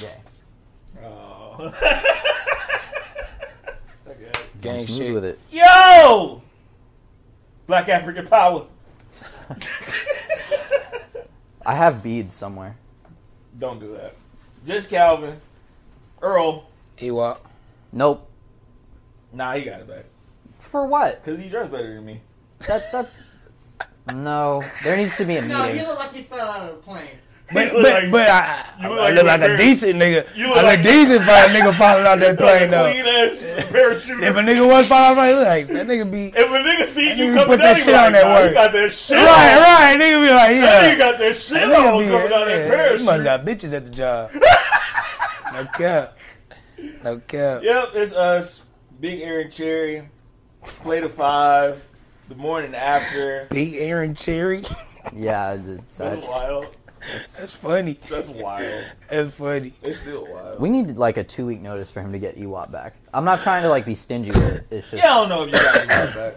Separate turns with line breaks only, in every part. Jay.
Oh.
Gang
smooth
shit.
with it.
Yo! Black African power.
I have beads somewhere.
Don't do that. Just Calvin. Earl.
Ewok.
Nope.
Nah, he got it back.
For what?
Because he drinks better than me.
That that's no. There needs to be a
No, he
meeting.
looked like he fell out of the plane.
But,
You
but,
look like-
but I, I
you
look
look like
like,
you
a
were-
decent nigga.
you look
I look
like-
decent for a nigga falling out that plane though.
Clean ass parachute.
If a nigga was falling out, like that nigga be
If a nigga see
That
you
nigga
coming
put
put
that
that
shit
like,
on that
nah,
word.
You got that shit
right,
on.
right. Nigga be like,
That nigga
yeah.
got that shit
That
on
nigga be,
coming out that
yeah, you
parachute.
must got bitches at the job. no cap. No cap.
Yep, it's us. Big Aaron Cherry. Play the five. The morning after.
Big Aaron Cherry.
Yeah, I did that.
That's wild.
That's funny.
That's wild.
That's funny.
It's still wild.
we need like a two week notice for him to get E Ewok back. I'm not trying to like be stingy with it. It's just
Yeah, I don't know if you got Ewok back.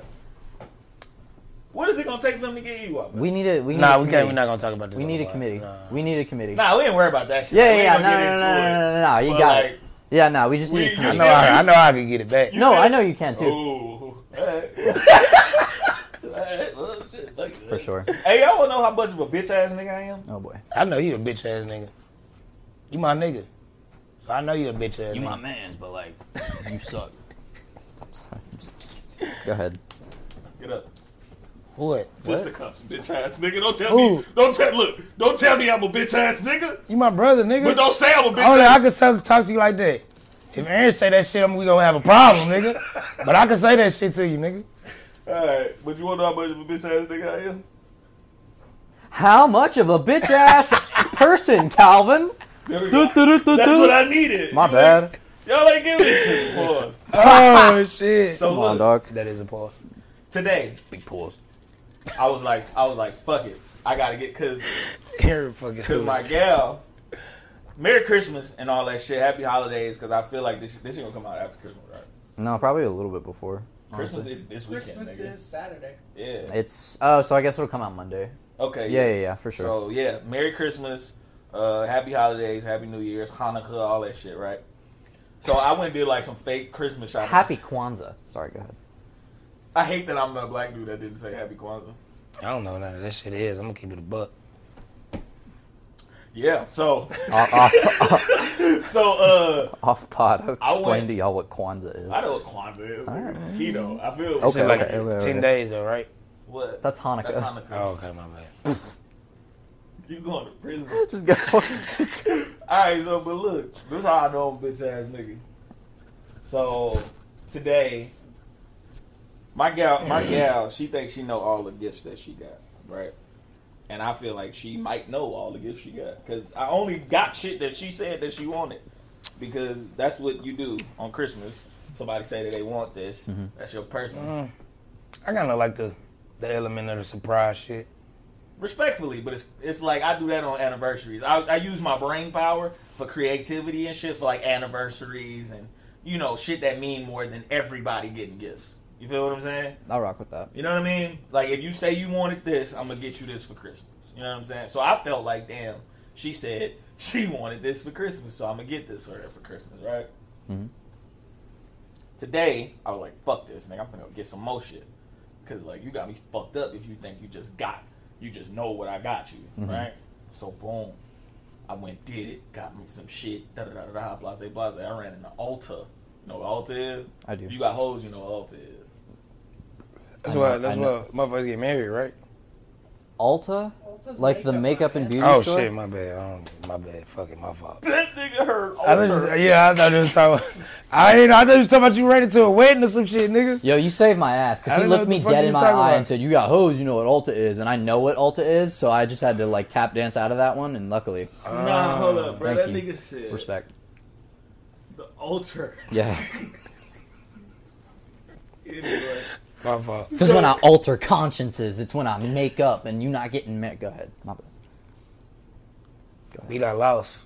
What is it gonna take for them to get Ewok back?
we need a we need
Nah,
a
we can't.
committee.
We're not gonna talk about this.
We need a
otherwise.
committee.
Nah.
We need a committee.
Nah, we ain't worry about that shit.
yeah,
we
yeah,
ain't
no,
gonna
no, no,
get
no,
into it.
no, no, no, You
But,
got
like,
it. Yeah, no, we just
we-
need a
you
I
committee.
know. I, I know. I could get it back.
you Oh.
No,
said-
I know you can too,
Ooh.
for sure.
Hey, y'all wanna know how much of a bitch ass nigga I am?
Oh boy,
I know you a bitch ass nigga. You my nigga. So I know you a bitch ass. nigga.
man's, but like, you suck.
I'm sorry. I'm just- Go ahead.
Get up.
What?
Fist the cuffs, bitch ass nigga. Don't tell
Ooh.
me. Don't tell. Look. Don't tell me I'm a bitch ass nigga.
You my brother, nigga.
But don't say I'm a bitch.
Hold on, I
ass.
can talk, talk to you like that. If Aaron say that shit, I'm, we gonna have a problem, nigga. But I can say that shit to you, nigga.
All right. But you wanna know how much of a bitch ass nigga I am?
How much of a bitch ass person, Calvin?
There we go.
That's
That's what I needed.
My
You ain't-
bad.
Y'all ain't giving it to me. Pause.
Oh shit.
So
Come on,
look,
dog.
that is a pause.
today
Big pause.
I was like, I was like, fuck it. I gotta get cause
Aaron fucking.
Cause my gal, Merry Christmas and all that shit. Happy holidays, cause I feel like this this shit gonna come out after Christmas, right?
No, probably a little bit before. honestly.
Christmas is this weekend,
Christmas
nigga.
is Saturday.
Yeah.
It's oh, so I guess it'll come out Monday.
Okay.
Yeah, yeah, yeah, for sure.
So yeah, Merry Christmas, uh, Happy Holidays, Happy New Year's, Hanukkah, all that shit, right? So I went and did like some fake Christmas shopping.
Happy Kwanzaa. Sorry, go ahead.
I hate that I'm the black dude that didn't say Happy Kwanzaa.
I don't know what none of that shit is. I'm gonna keep it a buck.
Yeah. So
off, off, off,
so uh,
off pod, I'll
I
explain
went-
to y'all what Kwanzaa is.
I know what Kwanzaa is.
Alright.
He know. I feel
Okay,
Shit like
okay, okay,
ten
okay.
days though, right?
what.
That's Hanukkah.
That's Hanukkah.
Oh, okay, my bad.
You going to prison?
Just go.
All right, so but look, this is how I know I'm a bitch ass nigga. So today, my gal, my gal, she thinks she know all the gifts that she got, right? And I feel like she might know all the gifts she got because I only got shit that she said that she wanted because that's what you do on Christmas. Somebody say that they want this.
Mhm.
That's your person.
Mm, I kind of like the the element of the surprise shit.
Respectfully, but it's it's like I do that on anniversaries. I, I use my brain power for creativity and shit for like anniversaries and you know shit that mean more than everybody getting gifts. You feel what I'm saying?
I'll rock with that.
You know what I mean? Like if you say you wanted this, I'm gonna get you this for Christmas. You know what I'm saying? So I felt like damn, she said she wanted this for Christmas, so I'm gonna get this for her for Christmas, right?
Mhm.
Today I was like, fuck this, nigga. I'm gonna get some more shit because like you got me fucked up if you think you just got you just know what I got you,
Mhm.
right? So boom, I went did it, got me some shit, da da da da, da, blase blase. I ran in the Ulta. You know what Ulta is?
I do.
You got hoes, you know what Ulta is.
That's
I
why.
know,
That's
I
why motherfuckers get married, right?
Alta,
Ulta's
like the makeup and
line.
beauty
Oh
store.
shit, my bad. I don't, my bad. Fuck it, my fault.
That nigga heard
I thought,
Ulta.
you- yeah, I thought you was talking. I didn't. I thought you was talking about you ran into a wedding or some shit, nigga.
Yo, you saved my ass
I
because he
don't know
looked
what the
me
fuck
dead
you
in my eye
talking about.
and said, "You got hoes. You know what Ulta is." And I know what Ulta is, so I just had to like tap dance out of that one. And luckily,
Nah, hold up, bro. That
Oh, thank you.
nigga said
respect.
the Ulta.
Yeah,
Anyway.
My fault.
because when I alter consciences, it's when I make up, and you not getting met. Go ahead. My bad.
We got lost.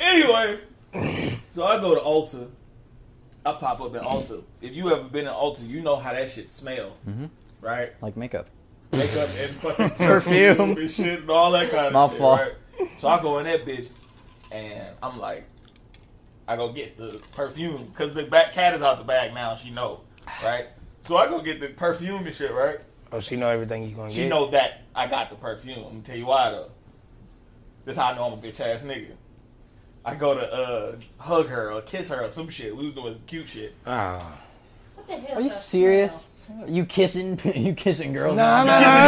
anyway, so I go to Ulta. I pop up at Ulta. If you ever been in Ulta, you know how that shit smell,
Mhm.
right?
Like makeup.
makeup and fucking
Perfume.
perfume and shit and all that kind of
My
shit.
fault.
Right? So I go in that bitch and I'm like, I go get the perfume because the back cat is out the bag now. She know, right? So I go get the perfume and shit, right?
Oh, she know everything you gonna
She
get.
know that I got the perfume. I'm gonna tell you why though. That's how I know I'm a bitch ass nigga. I go to uh, hug her or kiss her or some shit. We was doing some cute shit.
Ah.
What the hell?
Are you
is that
serious?
smell?
You kissing? You kissing girls?
Nah,
now?
nah, nah,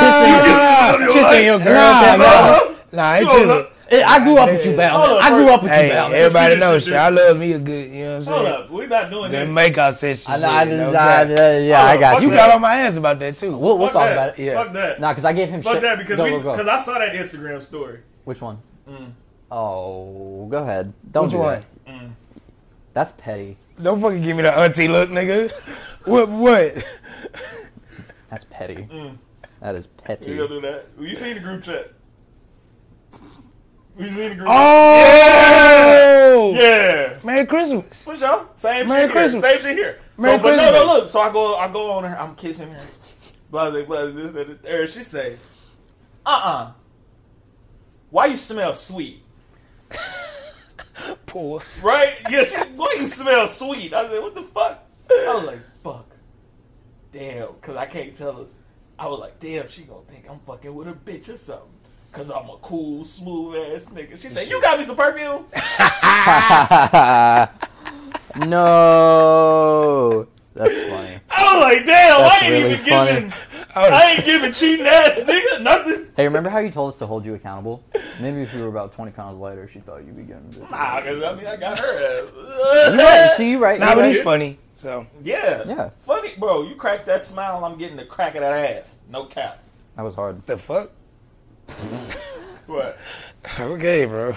kissing
nah,
your wife.
nah,
You
nah, nah,
kissing, kissing your girl?
Nah,
Nah,
nah. Nah, I ain't
Hold
tripping.
up.
I grew up with you,
Hold
Val.
up,
I grew up with you,
Hey,
Val.
everybody
She
knows
just-
shit. I love me a good, you know what I'm
Hold
saying?
up, we're not doing
Good
this.
makeout session.
I,
shit,
know, I,
you know,
I,
God.
I, yeah, I
Oh,
got
fuck
You
you.
got on my ass about that too.
We'll, we'll
Fuck
talk
that.
about it.
Yeah.
Fuck that.
Nah, because I gave him
Fuck
shit.
that because
Go,
we
go, go.
because I saw that Instagram story.
Which one?
Mm.
Oh, go ahead. Don't
Which
do
one?
that. That's petty.
Don't fucking give me the auntie look, nigga. What? What?
That's petty.
Mm.
That is petty.
You gonna do that? You seen the group chat? You seen the group?
Oh!
chat? yeah.
Merry Christmas.
For sure. Same
Merry
shit
Christmas.
here. Same shit here.
Merry
so, but no, no,
Christmas.
look. So I go, I go on her. I'm kissing her. Blah blah blah. This, that, that. Or she say, "Uh uh why you smell sweet?"
Pause.
Right? Yes. Why you smell sweet? I said, "What the fuck?" I was like, "Fuck, damn," because I can't tell her. I was like, "Damn, she gonna think I'm fucking with a bitch or something." Cause I'm a cool, smooth ass nigga. She said, "You got me some perfume."
no. That's funny.
I was like, "Damn,
That's
I ain't
really
even
funny.
giving, I ain't giving cheating ass nigga nothing."
Hey, remember how you told us to hold you accountable? Maybe if you were about 20 pounds lighter, she thought you'd be getting it.
Nah, cause I mean I got her
You right.
ass.
See, you right.
Nah,
you
but
right.
he's funny. So
yeah.
Yeah.
Funny, bro. You crack that smile, I'm getting the crack of that ass. No cap.
That was hard.
the fuck?
What?
Okay, bro.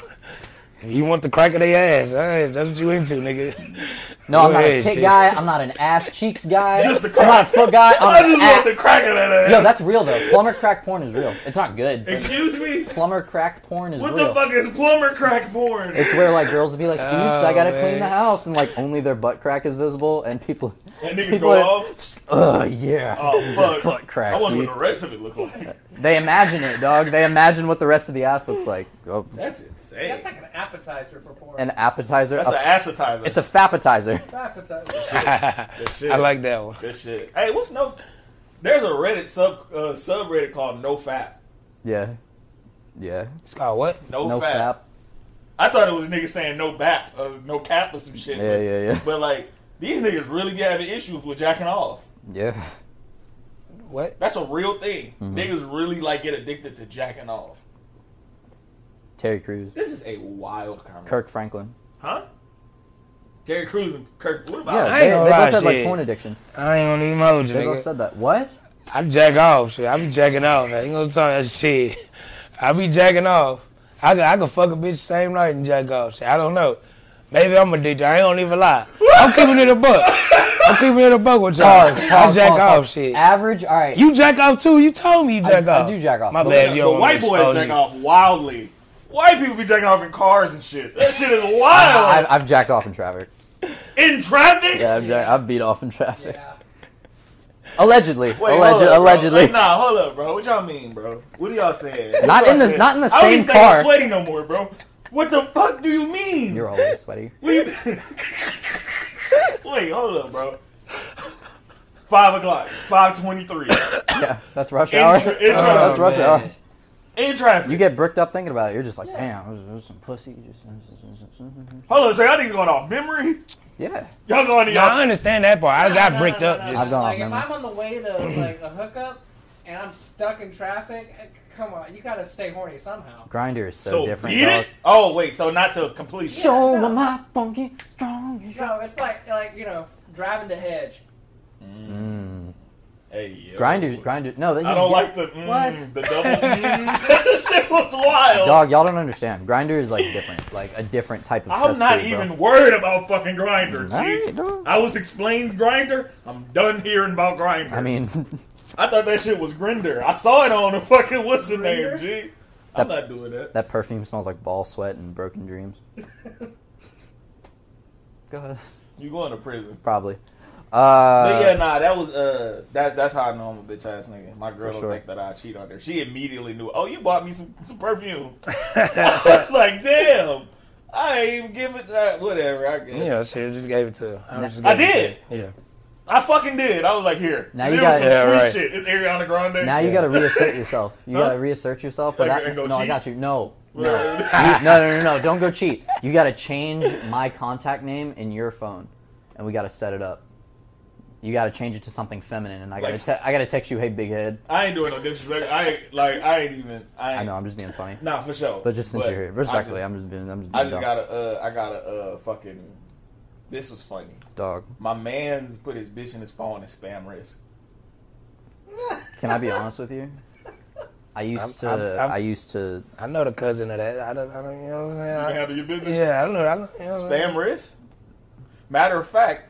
If you want the crack of their ass, all right, if that's what you into, nigga.
No, I'm not
Hey,
a tit
shit.
guy. I'm not an ass cheeks guy.
Just the
I'm not a
crack.
foot guy.
I
I'm
just
an
want
ass.
the crack of that ass.
uh, Yo, that's real though. Plumber crack porn is real. It's not good. but
Excuse me.
Plumber crack porn is
What
real.
the fuck is plumber crack porn?
It's where like girls will be like, "Oops, I gotta
Oh,
clean the
man.
house," and like only their butt crack is visible, and people,
and niggas
people
go
are-
off.
ugh, yeah,
Oh fuck.
butt crack,
I wonder
dude.
what the rest of it look like.
They imagine it, dog. They imagine what the rest of the ass looks like. Oh,
That's insane.
That's like an appetizer for porn.
an appetizer.
That's
a-
an appetizer.
it's a fappetizer.
appetizer.
That shit.
I like that one.
that shit. Hey, what's no? There's a Reddit sub uh, subreddit called No Fat.
Yeah, yeah.
It's called what?
No,
No
fat.
fap.
I thought it was niggas saying no bap, uh, no cap or some shit.
Yeah, yeah, yeah,
But like these niggas really be having issues with jacking off.
yeah.
What?
That's a real thing.
Mm-hmm.
Niggas really like get addicted to jacking off.
Terry Crews,
This is a wild comment.
Kirk Franklin.
Huh? Terry Crews and Kirk. What about?
Yeah,
I
they,
ain't gonna
they
lie,
both had like
shit.
porn addictions.
I ain't on even hold you,
They both
nigga.
said that. What?
I jack off, shit. I be jacking off. I ain't gonna talk that shit. I be jacking off. I could, I could fuck a bitch same night and jack off. Shit. I don't know. Maybe I'm addicted. I ain't gonna even lie. I'm keeping it a buck. I'm keeping it a buck with y'all.
Pause,
I
pause,
jack
pause,
off
pause.
shit.
Average. All right.
You jack off too. You told me you jack
I
off.
do jack off,
My
but-
bad. if You
But
don't
white boys jack off wildly. White people be jacking off in cars and shit. That shit is
I,
wild.
I've, I've jacked off in traffic.
in traffic.
Yeah, I've, jack- I've beat off in traffic.
Yeah.
Allegedly,
Wait,
Alleged-
hold up, bro.
allegedly.
Hey, nah, hold up, bro. What y'all mean, bro? What are y'all saying? What
Not
y'all
in the-
saying?
not in the
I don't
same
even
car.
Think I'm sweating no more, bro. What the fuck do you mean?
You're always sweaty.
What you- Wait, hold up, bro. Five o'clock, five twenty-three.
Yeah, that's rush
In,
hour.
tra- in,
Oh,
traffic.
that's rush
man.
hour.
in traffic.
You get bricked up thinking about it. You're just like,
Yeah.
damn, there's, there's some pussy. Just,
hold up, so y'all niggas going off memory?
yeah.
Y'all going to
No, I
y'all?
understand that part. I got
No, no,
bricked
no,
up.
no, no.
just-
I've gone off
like, if
memory.
I'm on the way to like a hookup and I'm stuck in traffic, eh, come on, you gotta stay horny somehow.
Grinder is so,
So
different.
beat
dog.
it. Oh wait, so not to completion.
Show
no.
'em my funky strong. is your-
No, it's like like you know driving to hedge.
Mm.
Hey, yo.
Grinders, grinders. No, they
I
just
don't
get-
like the mm,
What?
the double. Mm. That shit was wild.
Dog, y'all don't understand. Grinder is like different, like a different type of.
I'm not
cesspool,
even worried about fucking grinder.
Bro. All right, dog.
I was explained grinder. I'm done hearing about grinder.
I mean,
I thought that shit was grinder. I saw it on the fucking what's the name,
Grindr?
G.
That-
I'm not doing that.
that perfume smells like ball sweat and broken dreams. Go ahead.
You going to prison?
Probably. Uh,
but yeah, nah, that was uh, that's that's how I know I'm a bitch ass nigga. My girl don't
sure.
think that I cheat on her. She immediately knew. Oh, you bought me some, some perfume. I was like, damn, I ain't even give it that. Whatever, I guess.
Yeah, shit, just gave it to her. I, just
I
gave it
did.
to her. Yeah.
I fucking did. I was like, here.
Now you
Here
got-
was some
Yeah,
sweet
right.
shit. It's Ariana Grande.
Now you
Yeah.
gotta reassert yourself. You
Huh?
gotta reassert yourself. But
Like,
I,
and
no,
go
I
cheat?
got you. No, no,
Well,
You- no, no, no, no. Don't go cheat. You gotta change my contact name in your phone, and we gotta set it up. You gotta change it to something feminine, and I gotta
Like-
te- I gotta text you, hey, big head.
I ain't doing no disrespect. I ain't, like I ain't even. I, ain't,
I know I'm just being funny,
Nah, for sure.
but just since you're here,
I
respectfully,
just-
I'm just being I'm just
I
being dumb.
just got a, uh, I got a uh, fucking. This was funny.
dog.
My man's put his bitch in his phone and spam risk.
Can I be honest with you? I used
I'm-
to
I'm- I'm-
I used to
I know the cousin of that. I don't, I don't you know what
You can
I'm saying?
handle your
I,
business.
yeah, I don't know. I don't, you know what I'm
Spam risk. Matter of fact,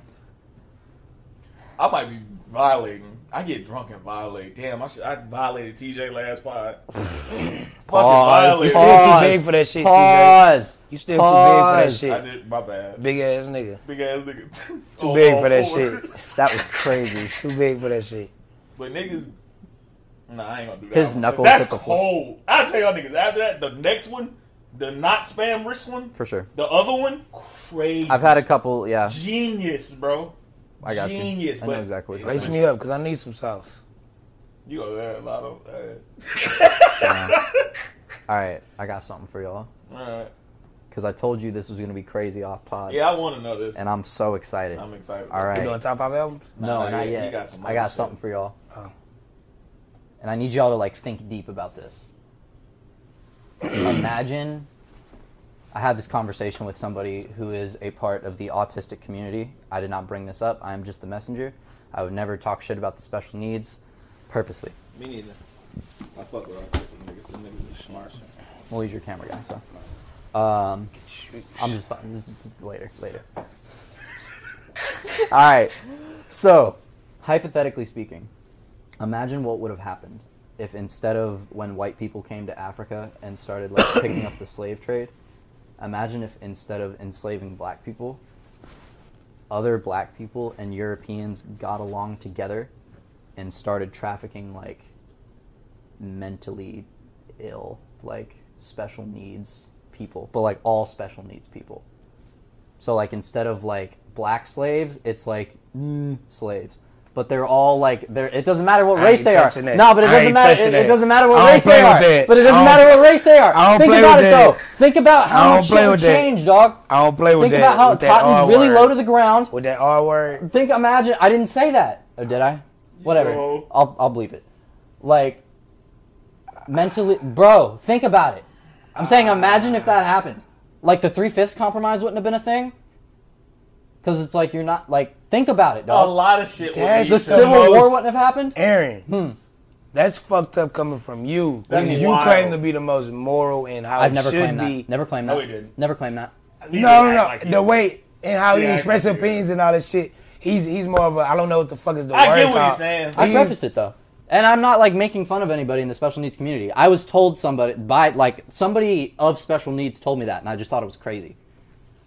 I might be violating. I get drunk and violate. Damn, I should. I violated TJ last pod. Fucking
pause.
violated.
pause.
I
too big for that shit, TJ.
Pause.
You still too big for that shit.
did. My bad.
Big ass nigga.
Big ass nigga.
Too big for that shit.
That was crazy.
Too big for that shit.
But niggas, nah, I ain't gonna do that.
His knuckles
That's
hit the floor.
cold. I tell y'all niggas after that, the next one, the not spam wrist one,
For sure.
the other one, crazy.
I've had a couple. Yeah,
genius, bro.
I got you.
Genius.
I know
but
exactly what you're
Lace me up, cause I need some sauce.
You gonna have a lot of. Uh,
all right, I got something for y'all
all right.
because I told you this was gonna be crazy off pod,
Yeah, I want to know this.
and I'm so excited.
I'm excited.
all
You
right,
doing top five albums?
no,
Nah,
not
you- you
yet.
got some
I
other
got
shit.
something for y'all,
Oh.
and I need y'all to like think deep about this. Imagine I had this conversation with somebody who is a part of the autistic community. I did not bring this up. I am just the messenger. I would never talk shit about the special needs, purposely.
Me neither. I fuck with autistic niggas. Them niggas are smart.
We'll use your camera guy. So, um,
Shoot.
I'm just fine. This is later, later. All right. So, hypothetically speaking, imagine what would have happened if instead of when white people came to Africa and started like picking up the slave trade, imagine if instead of enslaving black people, other black people and Europeans got along together and started trafficking like mentally ill, like special needs people, but like all special needs people. So like instead of like black slaves, it's like mm, slaves. But they're all like they're. It doesn't matter what
I
race
ain't
they are.
touching that.
No, but it
I
doesn't
ain't
matter.
touching
It,
that.
it doesn't matter
I
what
don't
race
play
they
with
are.
that.
But it
I
doesn't
don't-
matter what race they are.
I don't
Think
play
about
with
it
that.
though. Think about
I
how
don't
much
play
shit would
with that.
change, dog.
I don't play with
Think
that.
about how
with that R
cotton's really
word.
low to the ground.
With that R word,
Think, imagine. I didn't say that. Or did I? Whatever.
No.
I'll, I'll believe it. Like, mentally, bro, think about it. I'm saying, imagine if that happened. Like, the three fifths compromise wouldn't have been a thing. Because it's like, you're not, like, think about it,
A
dog.
lot of shit. E would
That's
be
The
It's the
Civil
most-
War wouldn't have happened.
Aaron. That's fucked up coming from you.
That's
Because you
wild.
claim to be the most moral and how
I've
it
never
should
claimed
be.
that. Never claimed
No,
that.
he didn't.
Never claimed that.
He
No,
didn't
no, no.
act like E
the
he-
way and how
He
he
act
expresses
like he-
opinions and all this shit. He's he's more of a I don't know what the fuck is the
I
word
get what
called.
he's saying.
I
He-
prefaced it though, and I'm not like making fun of anybody in the special needs community. I was told somebody by like somebody of special needs told me that, and I just thought it was crazy.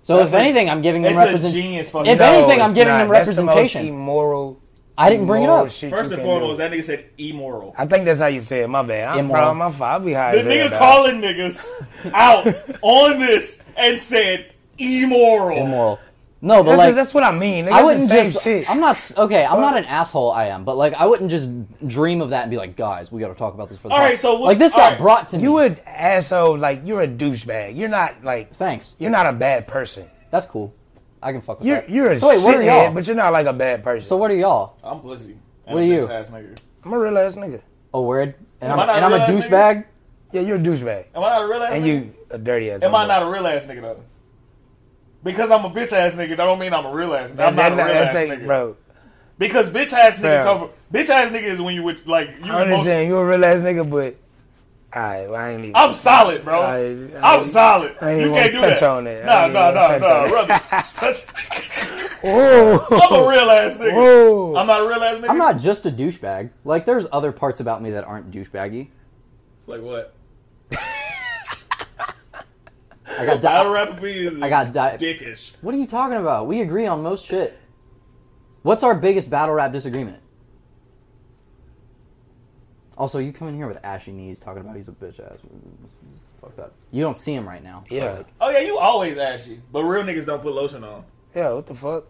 So
That's
if
a-
anything, I'm giving them
It's a
representation.
genius fucking.
If
No,
anything,
it's
I'm giving
not.
them
That's the most
representation.
immoral.
I didn't bring it
immoral
up.
shit
First
you
and
can
foremost,
do.
that nigga said immoral.
I think that's how you say it. My bad. I'm
Immoral.
proud of my father. I be high.
The
as hell,
nigga
dog.
calling niggas out on this and said immoral.
Immoral. No, but
That's,
like
that's what I mean. Nigga,
I
That's
wouldn't
the same
just.
Shit.
I'm not s- okay. I'm not an asshole. I am, but like I wouldn't just dream of that and be like, guys, we got to talk about this for the
All
pod."
right, so what-
like this
all
got
right.
brought to me.
You would asshole like you're a douchebag. You're not like
thanks.
you're not a bad person.
That's cool. I can fuck with
You're
that.
you're a
so wait, what are y'all?
shithead, but you're not like a bad person.
so what are y'all?
I'm pussy. And
What
a
are you?
bitch Ass nigga.
I'm a real ass nigga.
A word, and
Am
I'm,
I not
and I'm a
real ass nigga?
douchebag.
Yeah, you're a douchebag,
Am I not a real ass?
and
nigga?
you a dirty ass.
Am I
motherfucker.
not a real ass nigga though? Because I'm a bitch ass nigga, that don't mean I'm a real ass. nigga. I'm not
That-
a real
that-
ass
that take-
nigga,
bro.
Because bitch ass nigga
Fam.
cover. Bitch ass nigga is when you with like you.
I understand you're a real ass nigga, but I I ain't even.
I'm solid, bro.
I-
I,
I-
am solid.
I ain't
you
even
can't do
wanna touch
that.
on it. I
Nah,
ain't
nah,
even
nah, nah,
wanna touch on
brother. Touch. I'm a
oh,
real ass nigga.
Whoa.
I'm not a real ass nigga.
I'm not just a douchebag. Like, there's other parts about me that aren't douchebaggy.
Like what?
I got. Di-
Battle rapper B is
I got di-
dickish.
what are you talking about? We agree on most shit. What's our biggest battle rap disagreement? Also, you come in here with ashy knees talking about he's a bitch ass. Fucked up. You don't see him right now. but,
Yeah.
like,
Oh yeah, you always ashy, but real niggas don't put lotion on.
Yeah, what the fuck?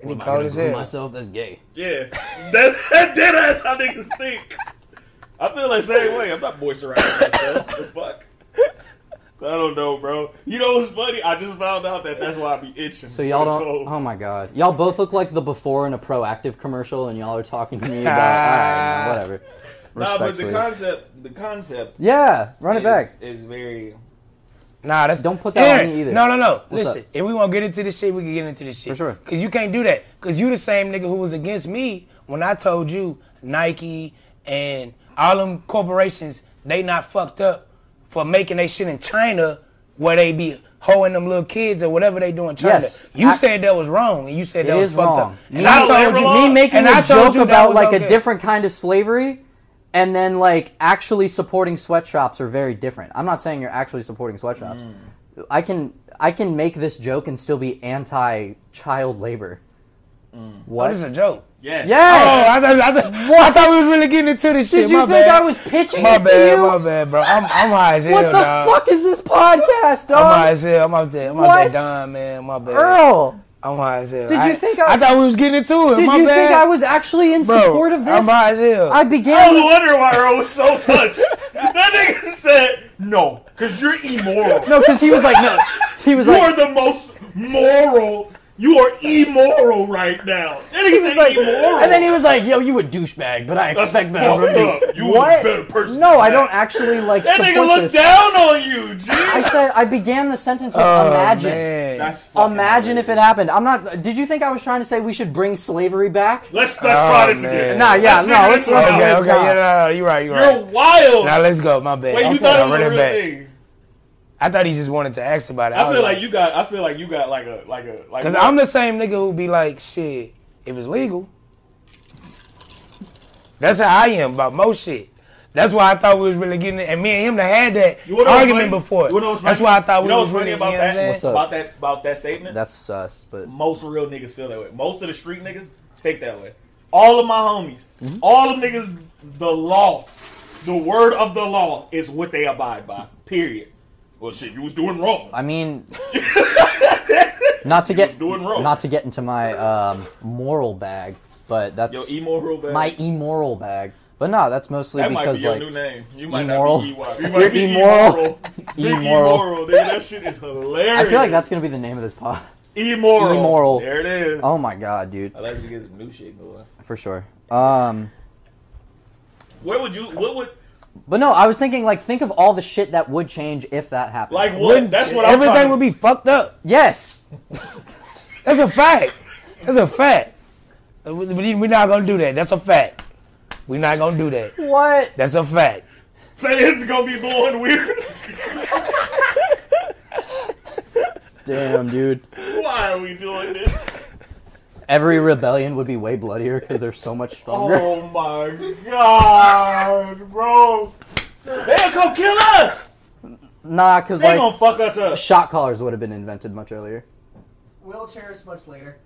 And
what
he
am I
cold
gonna
as
groom
hell.
Myself, that's gay.
Yeah, that, that dead ass how niggas think. I feel like same way. I'm not moisturizing myself. the fuck. I don't know, bro. You know what's funny? I just found out that that's why I be itching.
So y'all
It's
don't.
cold.
Oh my god, y'all both look like the before and a proactive commercial, and y'all are talking to me about all right, man, whatever.
Nah, but the
Respectfully.
concept, the concept.
yeah, run it
is,
back.
is very.
Nah, that's
Don't put that on
Aaron,
me either.
No, no, no.
What's
Listen,
up?
if we want to get into this shit, we can get into this shit
For sure.
Cause you can't do that. Cause you the same nigga who was against me when I told you Nike and all them corporations they not fucked up for making they shit in China where they be hoeing them little kids or whatever they do in China.
Yes.
you
I-
said that was wrong and you said that
It
was
is
fucked
wrong.
up. And
No,
I
it
told you
was wrong.
me making
and I
a
told
joke
you that
about
was
like
okay.
a different kind of slavery and then like actually supporting sweatshops are very different i'm not saying you're actually supporting sweatshops
Mm.
i can i can make this joke and still be anti child labor
Oh,
what
this is a joke.
Yes.
Oh,
yes
I thought, I, thought, I thought we was really getting into this shit.
did you
my
think
bad.
i was pitching
My
it
bad,
to you
my bad, bro. I'm, I'm high as hell,
what the
dog.
fuck is this podcast
I'm high
dog
as hell. I'm out there. I'm out there
What?
dying, man. My bad.
earl
I'm high as hell.
Did
I,
you think I-
I thought we was getting into it.
did
my
you
bad.
think i was actually in
Bro,
support of
I'm Oh,
this
high as hell.
i
I was
began
wondering why Earl was so touched. that nigga said no, cause you're immoral.
no because he was like no he was
you
like
are the most moral. You are immoral right now. That nigga said immoral.
And then he was like, "Yo, you a douchebag, but I expect better from
fucked
you."
up. You was a better person
No,
than
I
that.
don't actually like
That nigga
support this.
looked down on you, G.
I said I began the sentence with
Oh,
imagine.
man.
fucking
Imagine if it
hilarious.
happened. I'm not. Did you think I was trying to say we should bring slavery back?
Let's let's try
Oh,
this
man.
again.
Nah, yeah, no,
figure
let's-
this one
let's-
Okay,
out.
okay, yeah, no, no, you right, you
You're
right.
wild.
Now let's go. My bad.
Wait, you
Okay,
thought
I
it was
run
a real
back.
thing?
I thought he just wanted to ask about it.
I feel like you got. I feel like you got like a like a like.
because
what?
I'm the same nigga who be like, shit, if it's legal. That's how I am about most shit. That's why I thought we was really getting it. And me and him done had that
You wanna know what's
argument
funny?
before.
You wanna know what's
That's
funny?
why I thought
you
we
know
was
what's funny
really
about
you know what I'm
that.
saying?
What's up?
About that. About that statement.
That's sus. But
most real niggas feel that way. Most of the street niggas think that way. All of my homies,
Mm-hmm.
all of niggas, the law, the word of the law is what they abide by. Period. Well, shit, you was doing wrong.
I mean, not to get
doing wrong.
not to get into my um, moral bag, but that's
Yo, immoral bag.
my immoral bag. But no, that's mostly
that might be
because
your
like
new name. You might
immoral.
not be EY. You
You're
might be
immoral.
immoral. You're
Immoral.
immoral. Nigga, that shit is hilarious.
I feel like that's gonna be the name of this pod.
immoral.
Immoral.
There it is.
Oh my god, dude,
I like to get some new shit going.
for sure. Um.
Where would you? What would?
But no, I was thinking like think of all the shit that would change if that happened.
Like what?
Wouldn't-
that's what I'm
everything
trying to-
would be fucked up.
yes,
That's a fact. That's a fact. Uh, we- we- We're not gonna do that. That's a fact. We're not gonna do that.
what?
That's a fact.
Fans gonna be blowing weird.
Damn, dude.
Why are we doing this?
Every rebellion would be way bloodier because they're so much stronger.
Oh my god, bro. They'll come kill us!
Nah, because
They
like
gonna fuck us up.
shot collars would have been invented much earlier.
Wheelchairs much later.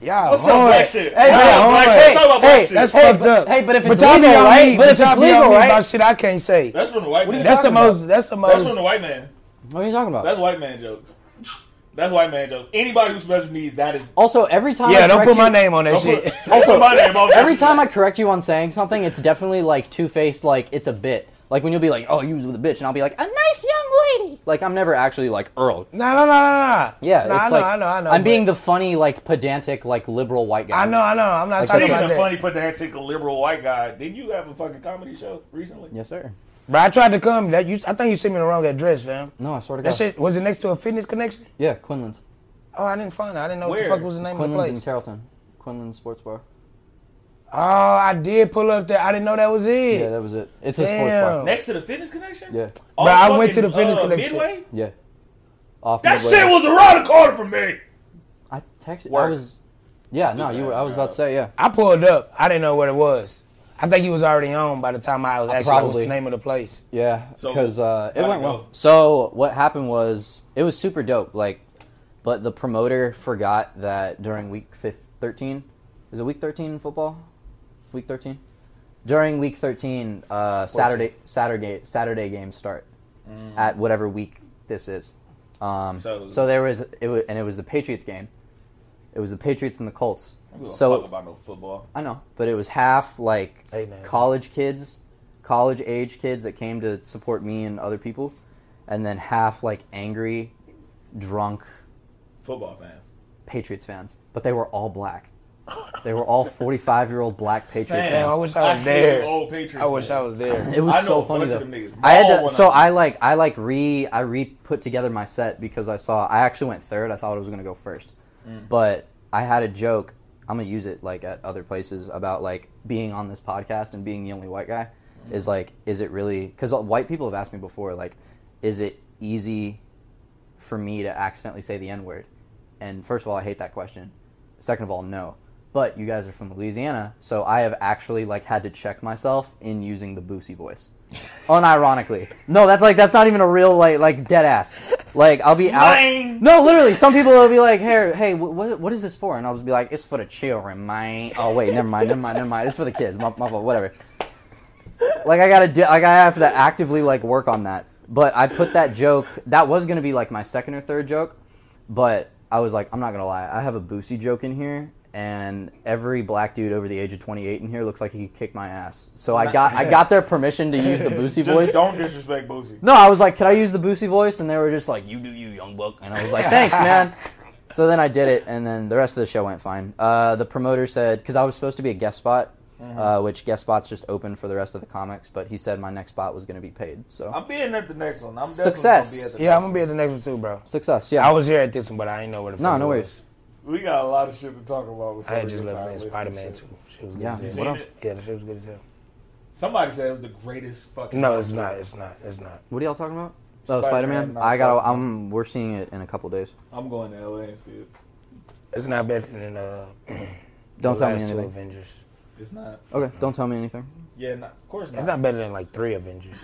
Yeah.
What's up, black shit?
Hey,
What's
hey,
up, black
hey,
shit? Talk about black
hey,
shit. That's,
That's
Hey,
fucked
but-
up.
hey, but if it's
y'all be
legal,
on
right?
me-
But if
y'all
it's
be on
legal,
me
right?
About shit I can't say. That's,
from the white man.
you
That's,
talking
the most. That's the most.
from the white man.
What are you talking about?
That's white man jokes. That's white man jokes. Anybody who special needs, that is.
also, every time I
yeah. Don't
correct
put my
you-
name on that
Don't put,
shit.
don't put my name on that
Every
shit.
time I correct you on saying something, it's definitely like two faced. Like it's a bit. Like when you'll be like, "Oh, you was with a bitch," and I'll be like, "A nice young lady." Like I'm never actually like Earl.
No, no, no, no, no.
Yeah,
No,
it's
I know,
like
I know, I know.
am being
but-
the funny, like pedantic, like liberal white guy.
I know, I know. I'm not
Like,
talking
Speaking
about
of
that.
funny, put that tickle liberal white guy. Didn't you have a fucking comedy show recently?
Yes, sir.
But I tried to come. That you, I think you sent me the wrong address, fam.
No, I swear to God.
That shit was it next to a fitness connection?
Yeah, Quinlan's.
Oh, I didn't find it. I didn't know
Where?
what the fuck was the name of the
Quinlan's
place.
in Carrollton. Quinlan's Sports Bar.
Oh, I did pull up there. I didn't know that was it.
Yeah, that was it. It's a sports bar.
Damn.
Next to the fitness connection?
Yeah,
On
Bruh, I went to
fucking,
the Fitness
uh,
Connection.
Midway?
yeah. Off
That
Midway.
shit was around the corner from me.
I texted. I
Work.
was. Yeah, no, you were. I was about to say yeah.
I pulled up. I didn't know what it was. I think he was already on by the time I was actually. like, What's
Uh, Probably.
the name of the place?
Yeah,
So,
because uh, it
how'd it
went
go?
well. So what happened was it was super dope. Like But the promoter forgot that during week fif- 13, is it week 13 in football? Week 13? During week 13, uh, Saturday Saturday Saturday games start at whatever week this is. Um,
Mm. So-
so, there was it was, and it was the Patriots game. It was the Patriots and the Colts.
I don't
So-
fuck about no football.
I know, but it was half like
Hey, man.
college kids, college age kids that came to support me and other people, and then half like angry, drunk
Football fans.
Patriots fans. But they were all black. They were all forty-five year old black Patriots
Damn, I
fans.
wish I was
hate
there.
Old Patriots.
I wish I
fans.
was there.
It was
I know
so
a
funny
bunch
though.
of them niggas
I had
ball
to,
when
so
I-
I like I like re I re put together my set because I saw I actually went third. I thought I was gonna go first, but I had a joke. I'm gonna use it like at other places about like being on this podcast and being the only white guy is like is it really because white people have asked me before like is it easy for me to accidentally say the N word? And first of all, I hate that question. Second of all, no. But you guys are from Louisiana, so I have actually like had to check myself in using the Boosie voice. Unironically. No, that's like that's not even a real like like dead ass. Like I'll be out.
Mine.
No, literally, some people will be like, "Hey, hey, wh- what, what is this for?" And I'll just be like, "It's for the children, man." Oh wait, never mind, never mind, never mind. It's for the kids. My, my fault. Whatever. Like I gotta do. Like I have to actively like work on that. But I put that joke. That was gonna be like my second or third joke, but I was like, I'm not gonna lie. I have a Boosie joke in here, and every black dude over the age of 28 in here looks like he could kick my ass. So I got I got their permission to use the Boosie
Just
voice.
don't disrespect Boosie.
No, I was like, can I use the Boosie voice? And they were just like, you do you, young buck. And I was like, thanks, man. so then I did it, and then the rest of the show went fine. Uh, the promoter said, because I was supposed to be a guest spot, uh, which guest spots just open for the rest of the comics, but he said my next spot was going to be paid. So
I'm being at the next one. I'm
Success.
Definitely gonna be at the
Yeah, I'm gonna be at the next one too, bro.
success,
I
yeah.
was here at this one, but I ain't know where the
No,
fuck
no
it
worries.
was.
We got a lot of shit to talk about. before
I had
we
just
get tired
left playing
of this
Spider Man
shit.
too. She was good
Yeah,
as
You
hell.
what
seen
up?
it?
Yeah, the shit was good as hell.
Somebody said it was the greatest fucking.
No, it's not. It's not. It's not.
What are y'all talking about? Oh, Spider
Spider-Man,
Man.
not
I got.
Spider-Man.
I'm. We're seeing it in a couple days.
I'm going to LA and see it.
It's not better than uh,
Don't
the
tell me
last two
anything.
Avengers.
It's not.
Okay. Don't tell me anything.
Yeah, not, of course not.
It's not better than like three Avengers.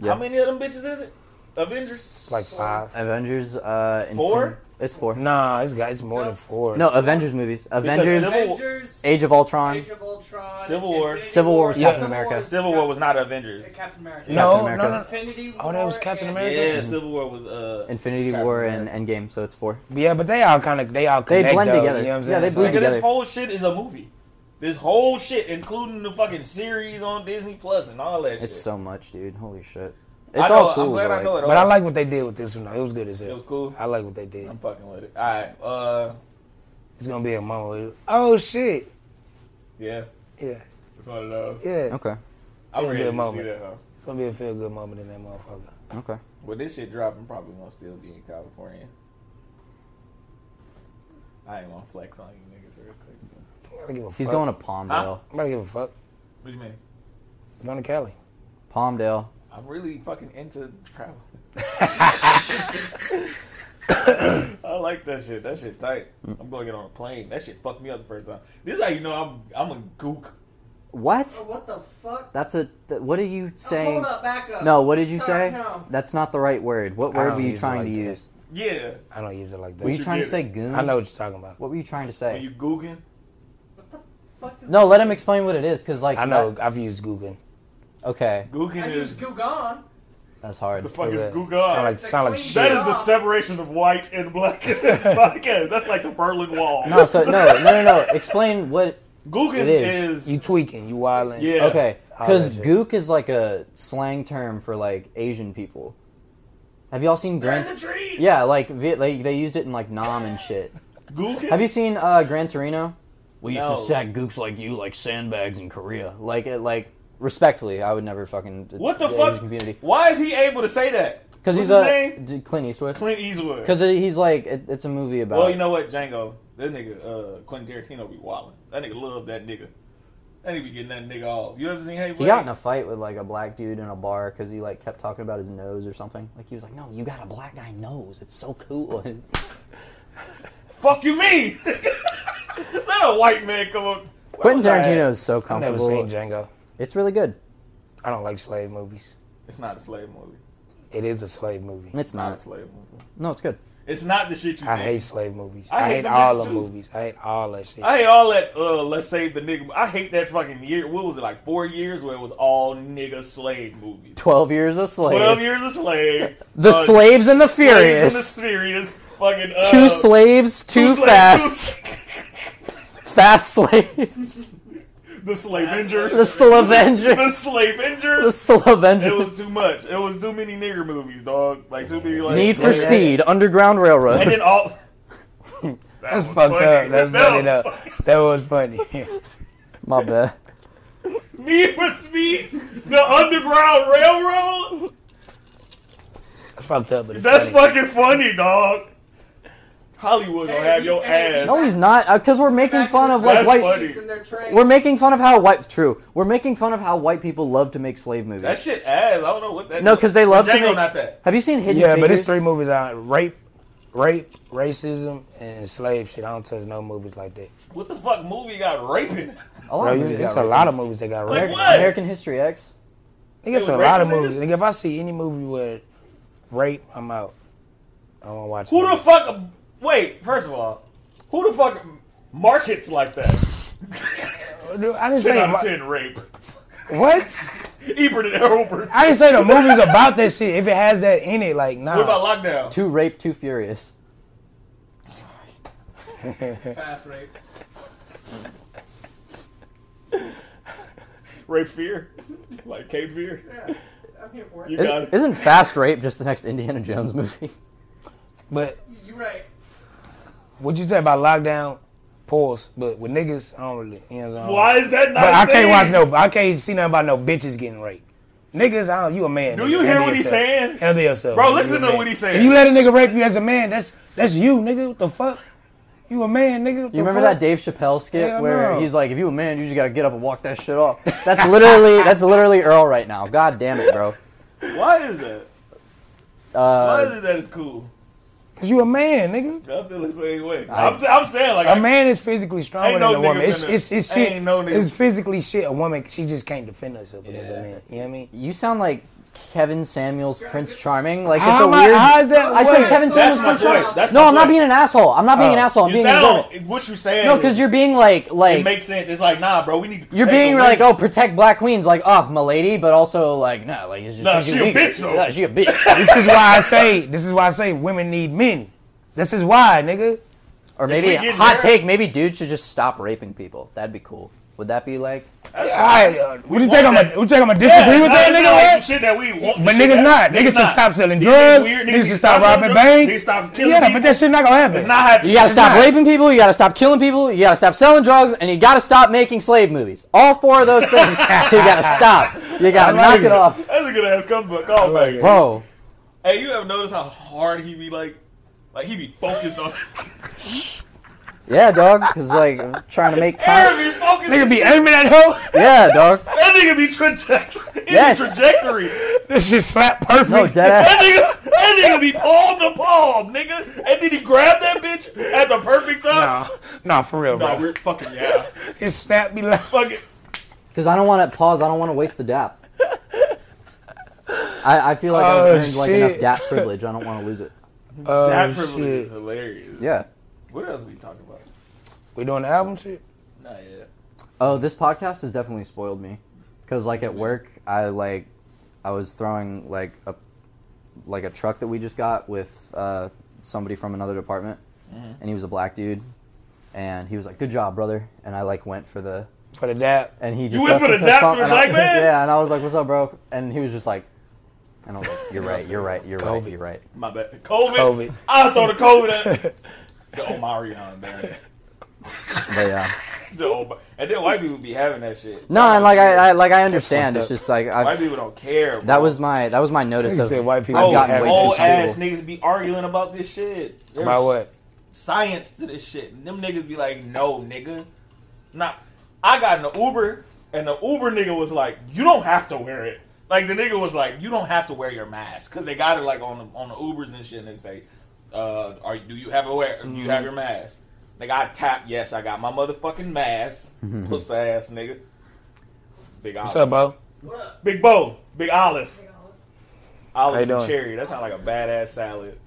Yeah.
How many of them bitches is it? Avengers.
Like five.
Avengers. Uh, Infin-
Four?
It's four.
Nah, it's got it's more than four.
No, uh, Avengers movies. Avengers.
Civil-
Avengers,
Age of Ultron.
Age of Ultron,
Civil War.
Infinity
Civil War was
Captain
Civil
America.
War is
Civil War was not Avengers.
Cap- Captain America.
no, no,
Captain
no,
America.
no.
Infinity War.
Oh, that was Captain
and-
America?
Yeah, Civil War was uh.
Infinity
Captain
War
America.
and Endgame, so it's four.
Yeah, but they all kind of they all connect.
blend
though,
together.
You know what I'm
Yeah,
saying?
they
So,
blend
Nigga,
together.
this whole shit is a movie. This whole shit, including the fucking series on Disney Plus and all that shit.
It's so much, dude. Holy shit.
I
It's
know,
all
I'm
cool.
glad
but,
I know
like,
it all.
But I like what they did with this one. though. It was good as
It was
hell.
cool.
I like what they did.
I'm fucking with it. All right. Uh,
It's gonna be a moment. Oh shit!
yeah.
Yeah,
It's one of those.
yeah.
Okay.
I'm
It's a
ready
good
to see
moment.
that. Huh?
It's gonna be a feel good moment in that motherfucker.
Okay.
But this shit dropping probably gonna still be in California. I ain't gonna flex on you niggas real quick.
I don't give a
He's
fuck.
going to Palmdale.
I don't give a fuck.
What you mean?
I'm going to Cali.
Palmdale.
I'm really fucking into travel. I like that shit. That shit tight. I'm going to get on a plane. That shit fucked me up the first time. This is how you know I'm I'm a gook.
Oh,
What?
what the fuck?
That's a. Th- what are you
Oh,
saying?
Hold up, back up.
No, what did you
Sorry,
say?
no.
That's not the right word. What
I
word
don't
were you
use it
trying
like
to
that.
use?
Yeah.
I don't use it like that.
Were you
you
trying to
get
say
it.
goon?
I know what you're talking about.
What were you trying to
When
say?
you gooking,
What the fuck is
No, let him explain what it is, because, like.
I know.
that-
I've used Google.
okay.
gooking
I use
is
Gugon.
That's
the
hard.
fuck is
Sound
gook
like
It's a
sound like
clean
shit.
That is the separation of white and black in this podcast. That's like the Berlin Wall.
No, so. No, no, no, no. Explain what.
Gookin
It is.
is.
you tweaking. You wilding.
yeah.
Okay.
Oh,
Because
that shit.
gook is like a slang term for, like, Asian people. Have y'all seen
They're in
Grand.
the tree.
Yeah, like, vi- they, they used it in, like, Nam and shit.
Gookin.
Have you seen uh, Gran Torino? We
used to No. sack
gooks like you like sandbags in Korea. Like it, like respectfully, I would never fucking
What the fuck?
community
Why is he able to say that?
because he's
What's his
a
name?
d- Clint Eastwood.
Clint Eastwood.
Because he's like it, it's a movie about.
Well, you know what, Django? That nigga, uh, Quentin Tarantino be wildin'. That nigga love that nigga. That nigga be getting that nigga off. You ever seen Hey
he
Blake?
got in a fight with like a black dude in a bar because he like kept talking about his nose or something. Like he was like, "No, you got a black guy nose. It's so cool." And
Fuck you mean? Let a white man come up. Where
Quentin
was I at?
Tarantino is so
I've never seen
comfortable.
Django.
It's really good.
I don't like slave movies.
It's not a slave movie.
It is a slave movie.
It's
It's not a
not.
slave movie.
No, it's good.
It's not the shit you.
I
think.
hate slave movies.
I
I,
hate
hate,
them
all
bitches
the
too.
movies. I hate all that shit.
I hate all that. Uh, let's save the nigga. I hate that fucking year. What was it like? Four years where it was all nigga slave movies.
Twelve years a slave.
Twelve years a slave. Uh,
The Slaves and the
Slaves
Furious.
and the furious. Fucking uh,
Two slaves, too
two slaves,
fast. Fast slaves.
two- the slave Avengers.
The Slavengers.
The slave
The
Avengers. It
Slavengers.
was too much. It was too many nigger movies, dog. Like too many. Like,
Need for
Yeah.
Speed, Underground
And
Railroad.
then all. That
That's
was
fucked
funny.
up. That's
That
funny
was
though. That was funny.
My bad.
Need for Speed, the Underground Railroad.
That's fucked up, but it's
That's
funny.
fucking funny, dog. Hollywood gonna have your ass.
No, he's not, because we're making
Back to
fun
the
of like
That's
white.
funny.
streets and their trains.
We're making fun of how white. True. We're making fun of how white people love to make slave movies.
that shit ass. I don't know what that.
No, 'cause they love to
Django,
make-
not that.
Have you seen Hidden
yeah,
Figures?
but it's three movies on rape, rape, racism, and slave shit. I don't touch no movies like that.
What the fuck movie got raping?
A lot
Bro,
of
you,
movies
it's
got
a
raped.
lot of movies that got
Like
raped.
American,
what?
American History X.
Nigga, it's
They
a
was
lot of
raping
movies.
niggas?
Nigga, if I see any movie with rape, I'm out. I won't watch.
Who
it.
the fuck? Wait, first of all, who the fuck markets like that?
Dude, I
Ten
didn't say
out of
mo-
ten rape.
what.
Ebert and Albert.
I didn't say the movie's about that shit. If it has that in it, like nah.
What about lockdown?
Too Rape, Too Furious.
fast rape.
Rape fear, like Cape fear.
Yeah, I'm here for it.
You
You,
got
Isn't,
it.
isn't Fast Rape just the next Indiana Jones movie?
but
you right.
what you say about lockdown? Pause. But with niggas, I don't really. You know what I'm saying?
Why is that not?
But
a
I can't
thing?
watch no. I can't see nothing about no bitches getting raped. Niggas, I don't, you a man.
Do
nigga.
you hear
Handle
what he's
yourself.
saying?
Handle yourself.
Bro,
nigga.
listen
You a
to
man.
what he's saying.
If you let a nigga rape you as a man, that's that's you, nigga. What the fuck? You a man, nigga. What the
You remember that
fuck?
Dave Chappelle skit
Hell
where
no.
he's like, "If you a man, you just gotta get up and walk that shit off." That's literally that's literally Earl right now. God damn it, bro.
Why is that? Why
Uh,
is it that is cool?
Cause you a man, nigga.
I feel the same way.
I-
I'm, t- I'm saying like
A man is physically stronger
Ain't no
than a
nigga
woman. It's
finna-
it's, it's
ain't
shit.
no nigga.
it's physically shit. A woman, she just can't defend herself against
Yeah.
a man. You know what I mean?
you sound like Kevin Samuels, Prince Charming. Like it's
How
a
am I-
weird.
how is that
I said
weird?
Kevin
That's
Samuels,
my
Prince
Charming.
point. That's
No,
my
I'm not
point.
being an asshole. I'm not being an
Oh.
asshole. I'm
You
being
sound
irrelevant.
what you saying.
No, because you're being like
It
like
makes sense. It's like nah, bro. We need. To
You're
protect
being
the
like,
women.
oh, protect black queens, like, oh, my lady, but also like, no, like, it's just,
Nah,
it's just
she a
weaker.
bitch, though.
Nah, she a bitch.
This is why I say. This is why I say women need men. This is why, nigga.
or maybe
we get
hot
there-
take, maybe dudes should just stop raping people. That'd be cool. Would that be like?
All right, uh, what you think? I'm
want that.
a, what you think? I'm gonna
Yeah,
disagree with
nah,
that,
it's
nigga?
not
what?
like some shit that we want.
But
Shit
niggas
that-
not. Niggas should stop selling
These
drugs.
weird
Niggas should stop
selling
robbing
drugs.
banks.
Niggas stop killing
Yeah,
people.
but that shit not gonna happen.
It's not happening.
You gotta
It's
stop
not.
raping people. You gotta stop killing people. You gotta stop selling drugs, and you gotta stop making slave movies. All four of those things, you gotta stop. You gotta knock it off,
That's a good ass comeback. Call
like
back.
it.
bro.
Hey, you ever notice how hard he be like, like he be focused on.
Yeah, dog. Cause like I'm trying to make. Con-
Aaron be focused.
Nigga be aiming at hoe.
yeah, dog.
That nigga be trajectory. In
Yes.
the trajectory.
This shit slap perfect.
No dead ass.
That nigga, that nigga be palm to palm, nigga. And did he grab that bitch at the perfect time?
Nah, nah, for real,
Nah,
bro.
we're fucking yeah.
It snapped me like.
Fuck it.
Because I don't want to pause. I don't want to waste the dap. I, I feel like
Oh,
I've earned like enough
shit.
dap privilege. I don't want to lose it.
Oh
that privilege is
shit.
hilarious.
Yeah.
What else we talking about?
We doing the album shit.
Not yet.
Oh, this podcast has definitely spoiled me. Because like at work, I like I was throwing like a like a truck that we just got with uh, somebody from another department,
Mm-hmm.
and he was a black dude, and he was like, "Good job, brother," and I like went for the
For the dap.
and he just
went
left
for
a
the
fist
dap
bump,
for
and
the
I-
black man?
Yeah, and I was like, "What's up, bro?" And he was just like, "And I was like, you're right, you're right, you're right,
Kobe.
you're right."
My bad. COVID.
COVID.
I throw the COVID at the Omari on man.
But yeah.
The Omari. And then white people be having that shit.
No, and like I, I like I understand.
fucked
It's
up.
just like
white
I've,
people don't care. Bro.
that was my that was my notice
Nigga
of
said white people
I've
Oh,
don't
gotten
have
way
it.
too
old ass
stable.
niggas be arguing about this shit. There's
About what?
Science to this shit. And them niggas be like, no, nigga. Nah, I got in the Uber, and the Uber nigga was like, you don't have to wear it. Like the nigga was like, you don't have to wear your mask because they got it like on the on the Ubers and shit, and they say, uh, are do you have a wear? Do you have your mask? Like I tap, yes, I got my motherfucking mask. Pussy ass nigga. Big olive.
What's up, bro?
What up?
Big Bo. Big olive.
Hang on.
How you
Olive and
doing?
cherry. That sounds like a badass salad.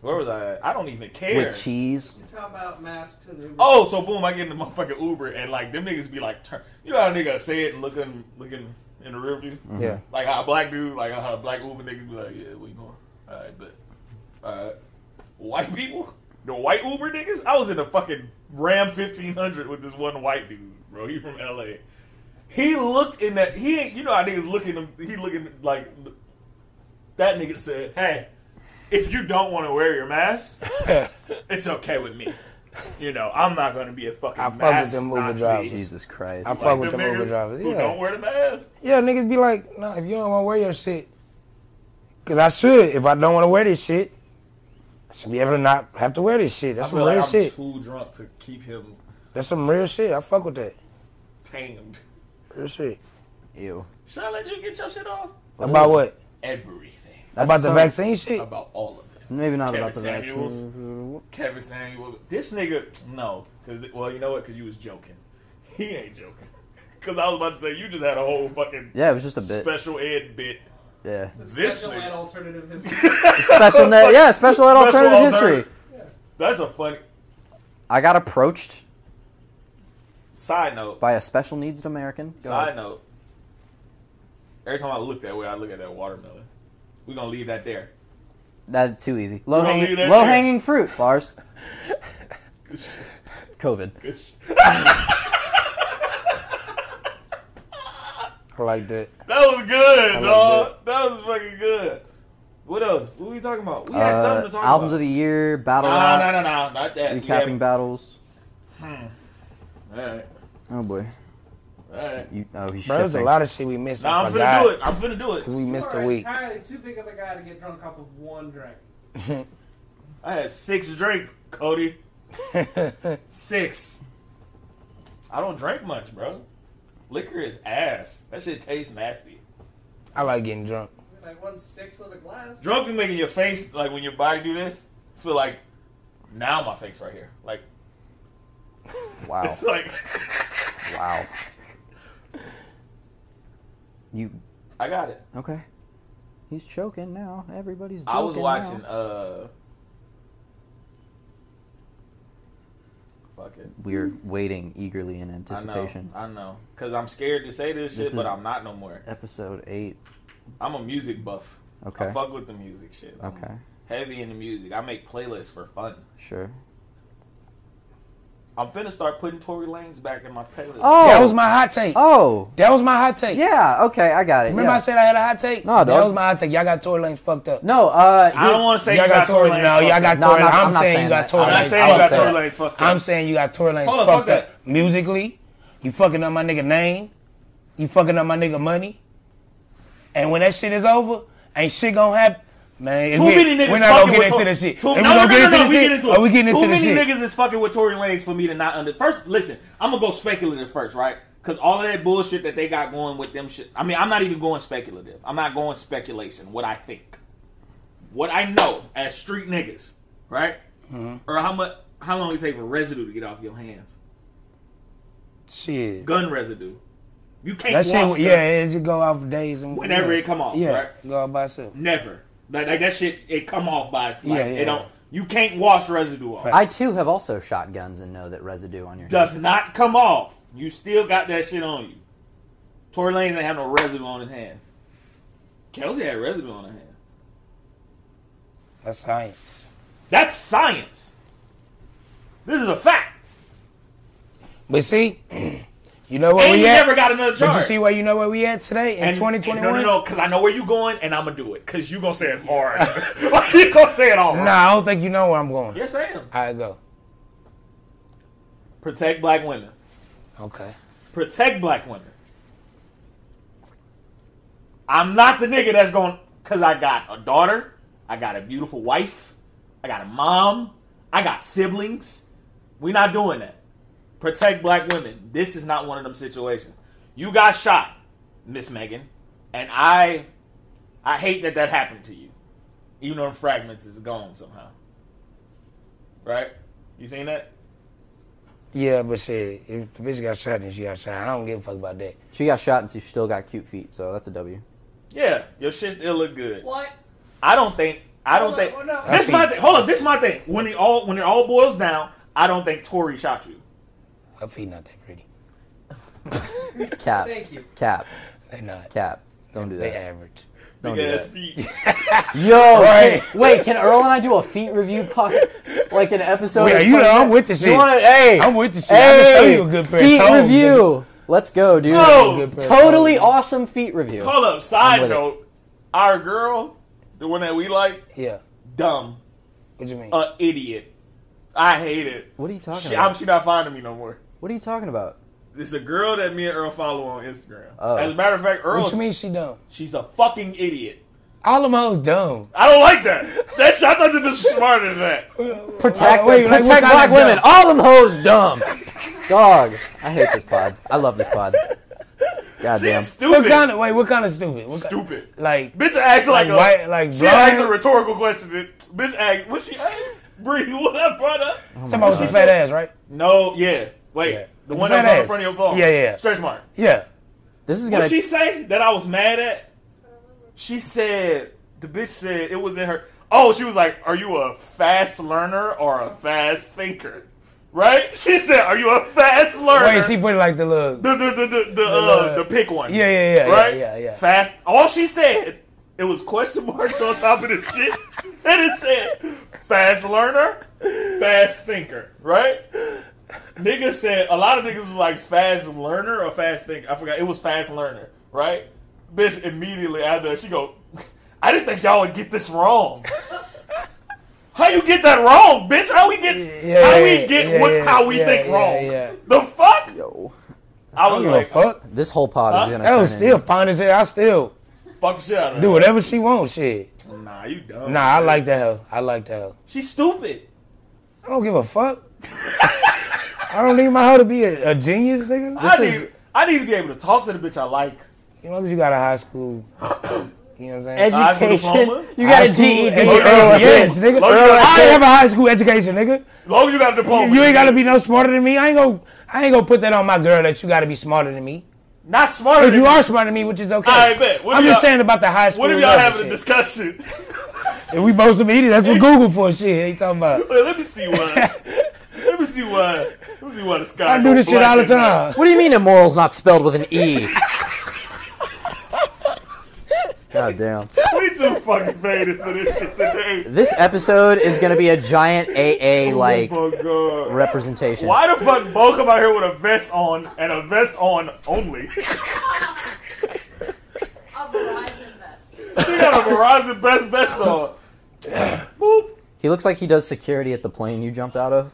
Where was I at? I don't even care.
with cheese.
You're talking about masks and Uber.
Oh, so boom, I get in the motherfucking Uber and like them niggas be like, turn. You know how nigga say it and looking, looking in the rear view?
Yeah.
Like how a black dude, like how a black Uber niggas be like, yeah, where you going? All right, but all right. White people, the white Uber niggas. I was in the fucking Ram fifteen hundred with this one white dude, bro. He from L.A. He looked in that. He ain't. You know how niggas looking. Him. He looking like that nigga said, hey. If you don't want to wear your mask, it's okay with me. You know, I'm not gonna be a fucking.
I fuck with
mask
them Uber
Nazi.
drivers.
Jesus Christ.
I
Like
fuck with
them
them Uber
niggas
drivers,
Who
yeah.
don't wear the mask?
Yeah, niggas be like, nah, if you don't want to wear your shit, because I should. If I don't want to wear this shit, I should be able to not have to wear this shit. That's
I
some
feel
real
like I'm
shit.
too drunk to keep him
That's some real shit. I fuck with that.
tamed.
Real shit.
Ew.
Should I let you get your shit off?
about what?
Everything.
That's
about the
some-
vaccine shit?
About all of it.
Maybe not
Kevin
about the
Samuels.
vaccine.
Kevin Samuel. This nigga, no. Cause, well, you know what? Because you was joking. He ain't joking. Because I was about to say, you just had a whole fucking
Yeah, it was just a bit.
special ed bit.
yeah.
This
Special
nigga.
ed alternative history.
Special net. Yeah, special ed
Special
alternative
alter-
history.
That's a funny
I got approached
side note.
by a special needs American. Go
Side
ahead.
note. Every time I look that way, I look at that watermelon. We're going to leave that there.
That's too easy. Low
gonna
hanging,
leave that
low
there.
hanging fruit. Bars. COVID.
I like that.
That was good,
like
dog. That was fucking good. What else? What were we talking about? We had
Uh,
something to talk
albums of
about.
the year, battle rap,
Nah, nah, nah, nah, not that. We
recapping
have-
battles.
All right,
Oh boy.
all right.
You, oh, he's
Bro, there's a
shifting.
lot of shit we missed.
Nah,
I
I'm
forgot.
finna do it. I'm finna do
Because
it.
we
You
missed
are
a week.
entirely too big of a guy to get drunk off of one drink.
I had six drinks, Cody. Six. I don't drink much, bro. Liquor is ass. That shit tastes nasty.
I like getting drunk.
Like one sixth of a glass.
Drunk be making your face like when your body do this feel like now my face right here. Like
Wow.
it's like
Wow. You
I got it.
okay? He's choking now. Everybody's choking
I was watching
now.
uh Fuck it.
We're
Hmm.
waiting eagerly in
I know.
anticipation.
I know. Cuz I'm scared to say this shit,
This
but
is-
I'm not no more.
Episode eight.
I'm a music buff.
Okay.
I fuck with the music shit. I'm
Okay.
Heavy in the music. I make playlists for fun.
Sure.
I'm finna start putting Tory Lanez back in my playlist.
Oh.
That was my hot take.
Oh.
That was my hot take.
Yeah. Okay. I got it.
Remember
yeah.
I said I had a hot take?
No,
That
dog.
was my hot take. Y'all got Tory Lanez fucked up.
no. Uh.
I don't want to say
y'all
you got Tory Lanez.
No, y'all
fucked
got
up.
No,
Tory
I'm not-
I'm
I'm not
saying
saying
you got
that.
Tory
I'm not
Lanez
saying you
fucked
got
up.
Tory Lanez fucked up.
I'm saying you got Tory Lanez
Hold on,
fucked
fuck
up. Musically, you fucking up my nigga name. You fucking up my nigga money. And when that shit is over, ain't shit gonna happen. Man,
Too
we,
many niggas
We're not
fucking
gonna get
with
into
Tor-
this shit.
Too,
And
no, no,
we
no,
gonna get
no,
into
no,
this
we
shit.
get into it.
Are we getting
Too
into this
many
shit?
niggas is fucking with Tory Lanez for me to not under. First, listen, I'm gonna go speculative first, right? Because all of that bullshit that they got going with them shit. I mean, I'm not even going speculative. I'm not going speculation. What I think, what I know as street niggas, right?
Mm-hmm.
Or how much? How long it take for residue to get off your hands?
Shit.
Gun residue. You can't.
That
wash
shit,
gun-
yeah, it just go off days and
Whenever
yeah.
it come off,
yeah,
right?
go off by itself.
Never. Like, like that shit, it come off by. Like,
Yeah, yeah.
It don't. You can't wash residue off.
I too have also shot guns and know that residue on your.
does not come off. You still got that shit on you. Tory Lanez ain't have no residue on his hand. Kelsey had residue on her hand.
That's science.
That's science. This is a fact.
But see, you know where
and
we
you
at.
never got another
but
charge.
you see where you know where we at today in
and,
2021.
and No, no, no, because I know where you going, and I'm gonna do it. Because you gonna say it hard. like you gonna say it all.
Nah,
Right.
I don't think you know where I'm going.
Yes, I am.
I go.
Protect black women.
Okay.
Protect black women. I'm not the nigga that's going because I got a daughter, I got a beautiful wife, I got a mom, I got siblings. We're not doing that. Protect black women. This is not one of them situations. You got shot, Miss Megan, and I, I hate that that happened to you. Even though the fragments is gone somehow. Right? You seen that?
Yeah, but shit, if the bitch got shot, then she got shot. I don't give a fuck about that.
She got shot and she still got cute feet, so that's a W.
Yeah, your shit still look good.
What?
I don't think I don't
Well,
think
well, no.
this is my
Happy.
thing. Hold on, this is my thing. When it all when it all boils down, I don't think Tory shot you.
Her feet not that pretty.
Cap.
Thank you.
Cap.
They not.
Cap. Don't do
They
that.
average.
Don't
Big
do
ass
that.
feet.
Yo,
Right.
can- wait, can Earl and I do a feet review puck like an episode?
Wait,
of
you know,
Tony-
I'm with the
You
shits.
wanna- hey,
I'm with the shit. I'm
Hey,
gonna show you a good pair
feet
of toes.
review. Let's go, dude.
No.
A good pair of
Totally
toes.
awesome feet review.
Hold up.
I'm
Side
with it.
note: Our girl, the one that we like,
Yeah.
dumb,
What you mean?
Uh,
a idiot. I hate it.
What are you talking
She, I'm,
about?
she not finding me no more.
What are you talking about?
It's a girl that me and Earl follow on Instagram.
Oh.
As a matter of fact, Earl,
what you mean she dumb?
she's a fucking idiot.
All them hoes dumb.
I don't like that. That's I thought you was smarter than that.
Protect,
Uh, wait, like,
protect
what kind
black
of dumb?
women. All them hoes dumb. Dog. I hate this pod. I love this pod. Goddamn.
She's
What
stupid.
kind of wait? What kind of stupid? What kind,
stupid.
like
Bitch asked like,
like
a
white like
she asked a
blind?
rhetorical question. that- Bitch asked what she asked. Bree, what I brought up?
Somebody with a fat ass, right?
No, yeah. Wait,
Yeah.
the one
The
that's
fat
on the
ass.
front of your phone.
Yeah, yeah.
Stretch mark.
Yeah.
This is
What
gonna.
she say that I was mad at? She said the bitch said it was in her. Oh, she was like, "Are you a fast learner or a fast thinker?" Right? She said, "Are you a fast learner?"
Wait, she put it like the little.
the the the the the, uh, the pick one.
Yeah, yeah, yeah, yeah,
Right?
yeah, yeah.
Fast. All she said it was question marks on top of the shit, and it said fast learner, fast thinker. Right? Niggas said a lot of niggas was like fast learner or fast thinker. I forgot. It was fast learner. Right? Bitch immediately after she go. I didn't think y'all would get this wrong. How you get that wrong, bitch? How we get
Yeah,
how
yeah,
we
yeah,
get
yeah,
what
yeah,
how we
yeah,
think
yeah,
wrong?
yeah.
The fuck?
Yo.
I
I don't
was
give
like,
a fuck.
This whole pod
Huh?
is gonna.
That
turn
was still
into-
fine as hell. I still
Fuck the shit out of
do
her.
whatever she wants. Shit.
Nah, you dumb.
Nah, I like that hoe. I like that hoe.
She's stupid.
I don't give a fuck. I don't need my hoe to be a, a genius, nigga.
I
This is,
need, I need to be able to talk to the bitch I like.
you know, 'cause you got a high school. You know what I'm saying? Uh,
diploma?
Education. You
High
got a
school
E
GED.
education,
Earl.
Yes, nigga.
Earl, Earl,
I
Earl.
have a high school education, nigga.
As long as you got a diploma.
You ain't gotta be no smarter than me. I ain't gonna, I ain't gonna put that on my girl that you gotta be smarter than me.
Not smarter
If
than
you
me.
are smarter than me, which is okay.
Alright, bet. What
I'm
if
just
y'all-
saying about the high school.
What if y'all
level
having a
shit.
discussion?
If we both some idiots, that's what Google for shit. He talking about.
Wait, let me see one. let me see one. Let me see one. Sky
I do this shit all the time.
What do you mean immoral's not spelled with an E? God damn.
We too fucking faded for this shit today.
This episode is gonna be a giant AA like
Oh my god.
representation.
Why the fuck Bo come out here with a vest on and a vest on only?
I'll Verizon that.
She got a Verizon best vest on. Boop.
He looks like he does security at the plane you jumped out of.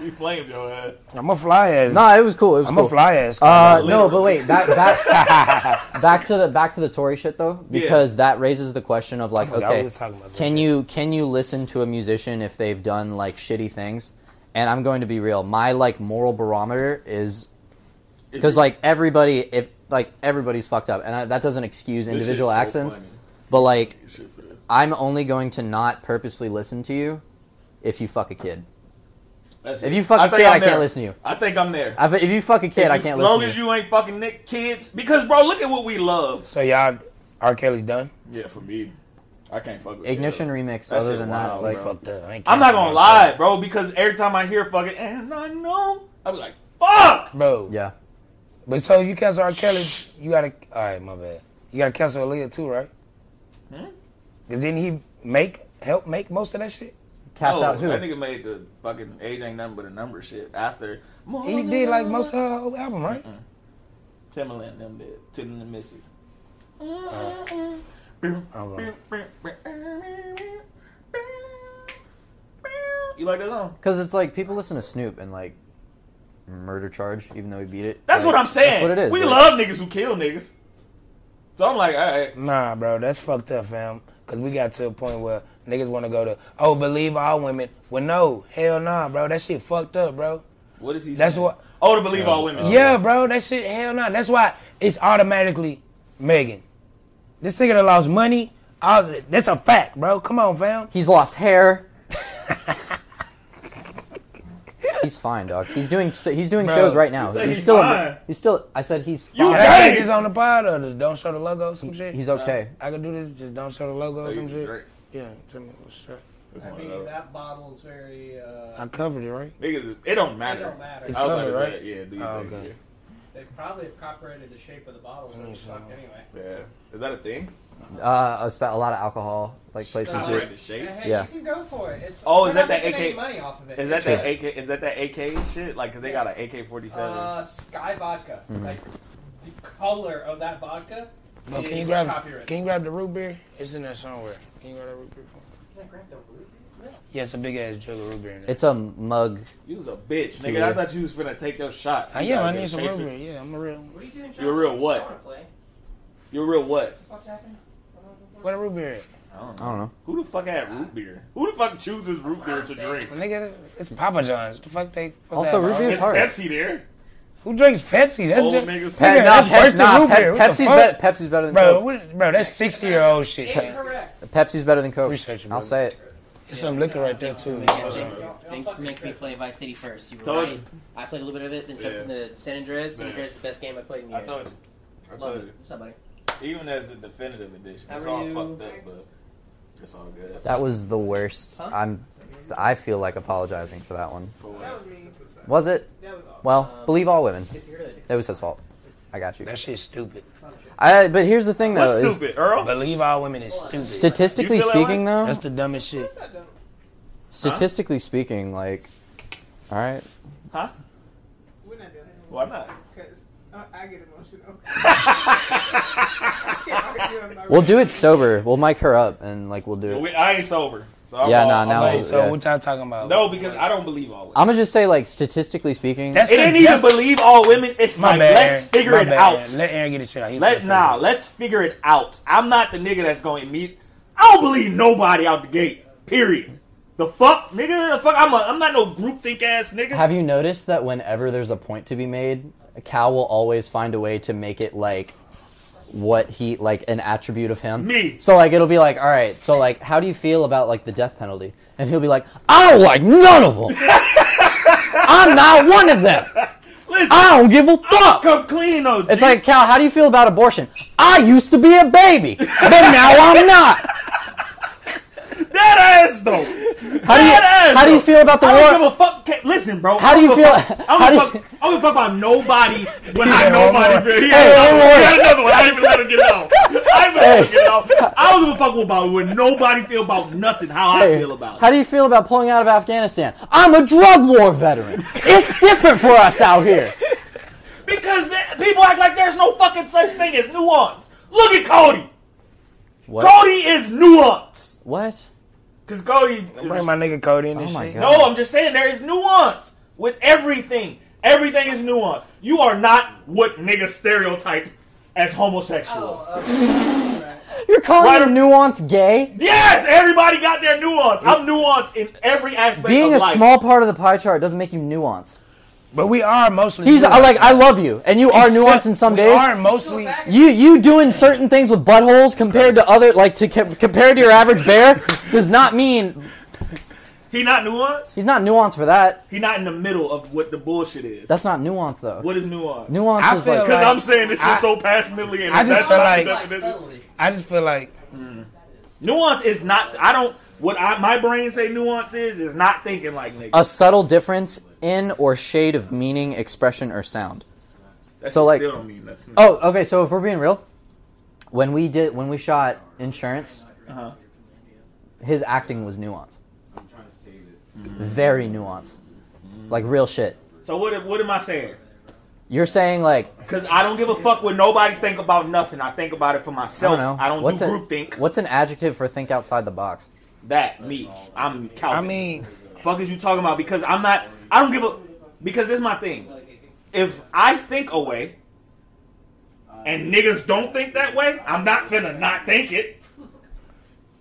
He flamed your ass.
I'm a fly ass.
Nah, it was cool. It was
I'm
cool.
a fly ass.
Uh,
Uh,
no, but wait, back back back to the back to the Tory shit though, because that raises the question of like,
forgot we
okay,
was talking about this
can you can you listen to a musician if they've done like shitty things? And I'm going to be real, my like moral barometer is because like everybody, if like everybody's fucked up, and I, that doesn't excuse individual actions, but like I'm only going to not purposefully listen to you if you fuck a kid. If you fuck a kid, I can't listen to you.
I think I'm there.
If, if you fuck a kid, I can't
as
listen.
long
to
as you ain't fucking Nick kids, because bro, look at what we love.
so y'all, R. Kelly's done.
Yeah, for me, I can't fuck with
Ignition
kids.
remix.
That
other
shit
than
wild,
that, like.
bro.
Fucked up. I ain't
I'm not gonna
cancel R.
lie, bro, because every time I hear fucking and I know, I be like, fuck.
Kelly. bro.
Yeah.
But so if you cancel R. Kelly, you gotta. All right, my bad. You gotta cancel Aaliyah too, right? Because didn't he make help make most of that shit?
Cast
Oh,
out who?
That nigga made the fucking age ain't nothing but a number shit after.
He did like most of her whole album, right?
Timbaland and them did. Tim and Missy.
don't
You like that song?
Because it's like people listen to Snoop and like murder charge, even though he beat it.
That's
Like,
what I'm saying.
That's what it is.
We
Like,
love niggas who kill niggas. So I'm like, all right.
Nah, bro, that's fucked up, fam. Cause we got to a point where niggas want to go to oh believe all women. Well, no, hell nah, bro. That shit fucked up, bro.
What is he?
That's
saying?
what-
Oh, to believe all women.
Yeah, bro, that shit, hell no. That's why it's automatically Megan. This nigga that lost money, all, that's a fact, bro. Come on, fam.
He's lost hair. He's fine, dog. He's doing he's doing
Bro,
shows right now.
you said
He's,
he's
still
fine.
he's still. I said he's
You
fine.
got-
That nigga's on the pod or the don't show the logo or some shit.
He's okay.
I can do this, just don't show the logo or some shit.
Drake.
Yeah, tell me what's up.
That's
I
one of
mean,
those.
that bottle is very.
I
Uh,
covered it, right?
Niggas, it don't
it
matter.
don't matter.
It's
I was about
covered,
to say,
right?
Yeah, do you
Oh,
think?
okay.
They probably have copyrighted the shape of the bottle, so it's fucked anyway.
Yeah. Yeah. Is that a thing?
Uh, I spent a lot of alcohol like places.
Sounds
do
like-
Copyright the shape.
Hey,
Yeah.
you can go for it. It's,
Oh, is
we're
that
not
that
making any
AK?
money off of it.
Is that
Sure.
that AK? Is that that AK shit? Like, 'cause they got an AK forty seven.
Uh, Sky Vodka. It's
Mm-hmm.
Like the color of that vodka
Bro,
is
can you grab
copyrighted.
can you grab the root beer? It's in there somewhere. Can you grab that root beer for me?
Can I grab the root beer?
Yeah, it's a big ass jug of root beer in there.
It's a mug.
You was a bitch, nigga.
Yeah.
I thought you was finna take your shot.
I
You
am,
out
Ah, I
here
need some root
chasing-
beer. Yeah, I'm a real
What are you doing, Johnson?
You're real what?
I want to play.
You real what?
What's happening?
what a root beer at?
I don't
I don't know.
Who the fuck had root beer? Who the fuck chooses root beer to drink?
Nigga, it's Papa John's. The fuck they what's
Also,
that,
root
dog?
beer-
It's
It's hard.
Pepsi there.
Who drinks Pepsi? That's
Old
just,
niggas.
Nigga,
Nah,
that's
Pep-
worse than
nah,
root
Pep-
beer. What the
Pepsi's
fuck?
better. Pepsi's better than
Bro,
Coke.
what, bro, that's sixty year old shit.
Incorrect.
Pepsi's better than Coke.
Research it,
I'll
brother.
say it.
There's some liquor right there too.
Yeah,
What's up?
Don't- don't
think, think,
fucking
make me
trip.
play Vice City first. You were
Told
right.
you.
I played a little bit of it, then jumped
Yeah.
into San Andreas. San
Man.
Andreas is the best game I played in
I
years.
told you. I
Love
told
it.
you.
What's up, buddy?
Even as the definitive edition,
How
it's
are
all
you?
fucked up, but it's all good.
That was the worst.
Huh?
I'm. I feel like apologizing for that one.
For
That
what?
was me.
Was it?
That was awful.
Well,
Um,
believe all women.
It's good.
It was his fault. I got you.
That shit's stupid.
I. But here's the thing,
What's
though. is
stupid, Earl?
Believe all women is stupid.
statistically
You feel that way?
speaking, though,
That's the dumbest shit.
Yes, I don't.
statistically speaking, like, all right,
Huh?
We're not doing this.
Why not?
Because uh, I get emotional. I can't argue on my
we'll do it sober. We'll mic her up and like we'll do
We,
it.
I ain't sober. So I'm
Yeah,
all-
nah,
I'm
now
all-
Wait,
it's-
so
yeah.
what y'all talking about?
No, because I don't believe all women.
I'm gonna just say like statistically speaking.
That's
it ain't
the,
even
that's-
believe all women. It's
My
my
bad.
let's figure
My
it
bad.
out.
Let Aaron get his shit out. He
Let's
finna
now.
say
Let's figure it out. I'm not the nigga that's going to meet. I don't believe nobody out the gate. Period. The fuck, nigga. The fuck. I'm. A, I'm not no groupthink ass nigga.
Have you noticed that whenever there's a point to be made, Cal will always find a way to make it like what he like an attribute of him.
Me.
So like it'll be like, all right, so like how do you feel about like the death penalty? And he'll be like, I don't like none of them. I'm not one of them.
Listen.
I don't give a
I'll
fuck.
come clean though.
It's
G.
like Cal, how do you feel about abortion? I used to be a baby, but now I'm not.
that ass though.
How do you
That ass,
how do you
though.
feel about the
I don't
war?
give a fuck. Ca- Listen, bro.
How do you
I don't
feel-
give a Fuck, I
how do
don't give
you-
a fuck. I don't give a fuck about nobody when I
Yeah,
know
one
nobody.
more.
feel- Yeah,
Hey,
no,
one
we
more.
got another one. I ain't even let her get it off. I ain't even let her get it off. I don't give a fuck about when nobody feel about nothing. How I
Hey,
feel about
How
it.
do you feel about pulling out of Afghanistan? I'm a drug war veteran. It's different for us out here.
Because th- people act like there's no fucking such thing as nuance. Look at Cody.
What?
Cody is nuance.
What?
Because Cody.
something. Bring my nigga Cody in
Oh
this
my God.
shit.
No, I'm just saying there is nuance with everything. Everything is nuance. You are not what nigga stereotype as homosexual.
Oh, okay.
You're calling
Right.
him nuance gay?
Yes, everybody got their nuance. I'm nuanced in every aspect
Being
of
a
life.
small part of the pie chart doesn't make you nuance.
But we are mostly.
He's I
nuanced.
like I love you, and you are
Except
nuanced in some
we
days.
are mostly.
You you doing certain things with buttholes compared to other like to com- compared to your average bear does not mean
he not nuanced.
he's not nuanced for that.
He not in the middle of what the bullshit is.
That's not nuance though.
what is nuance?
Nuance
I
is
feel
like,
Because
like-
I'm saying this shit
I-
so passionately, and
I just
that's
feel
not
like-
the definition.
I just feel like
nuance is not. I don't. What I, my brain say nuance is is not thinking like niggas.
a subtle difference in or shade of meaning, expression, or sound.
That
so,
shit
like-
still don't mean nothing.
Oh, okay. So if we're being real, when we did when we shot insurance,
Uh-huh.
his acting was nuanced. Very nuanced, like real shit.
So what? What am I saying?
You're saying like
Because I don't give a fuck what nobody think about nothing. I think about it for
I
myself.
don't know.
I don't
what's
do
a-
groupthink.
What's an adjective for think outside the box?
That me. I'm Calvin.
I mean
fuck is you talking about? Because I'm not. I don't give a. Because this is my thing. If I think a way, and niggas don't think that way, I'm not finna not think it.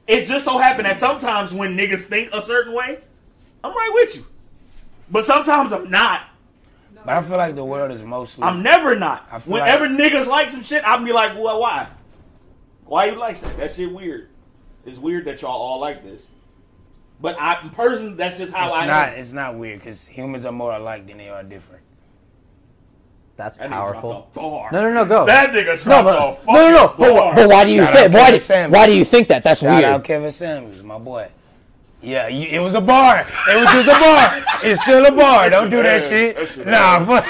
It's just so happened that sometimes when niggas think a certain way, I'm right with you. But sometimes I'm not.
but I feel like the world is mostly
I'm never not.
I feel
Whenever niggas like some shit, I'll be like, well, why? Why you like that? That shit weird. It's weird that y'all all like this. But I in person, that's just how
It's
I
not.
am.
It's not weird because humans are more alike than they are different.
That's
That nigga
powerful.
dropped a bar.
No, no, no, go.
That nigga dropped
no,
a
but, no, no, no.
fucking
But,
bar.
but why do you
Shout out
think? Why
Kevin
do,
Samuels.
why do you think that? That's
Shout
weird.
out Kevin Samuels, my boy. Yeah, you, it was a bar. It was just a bar. It's still a bar. Don't do that
That's
shit.
that's your
Nah, fuck.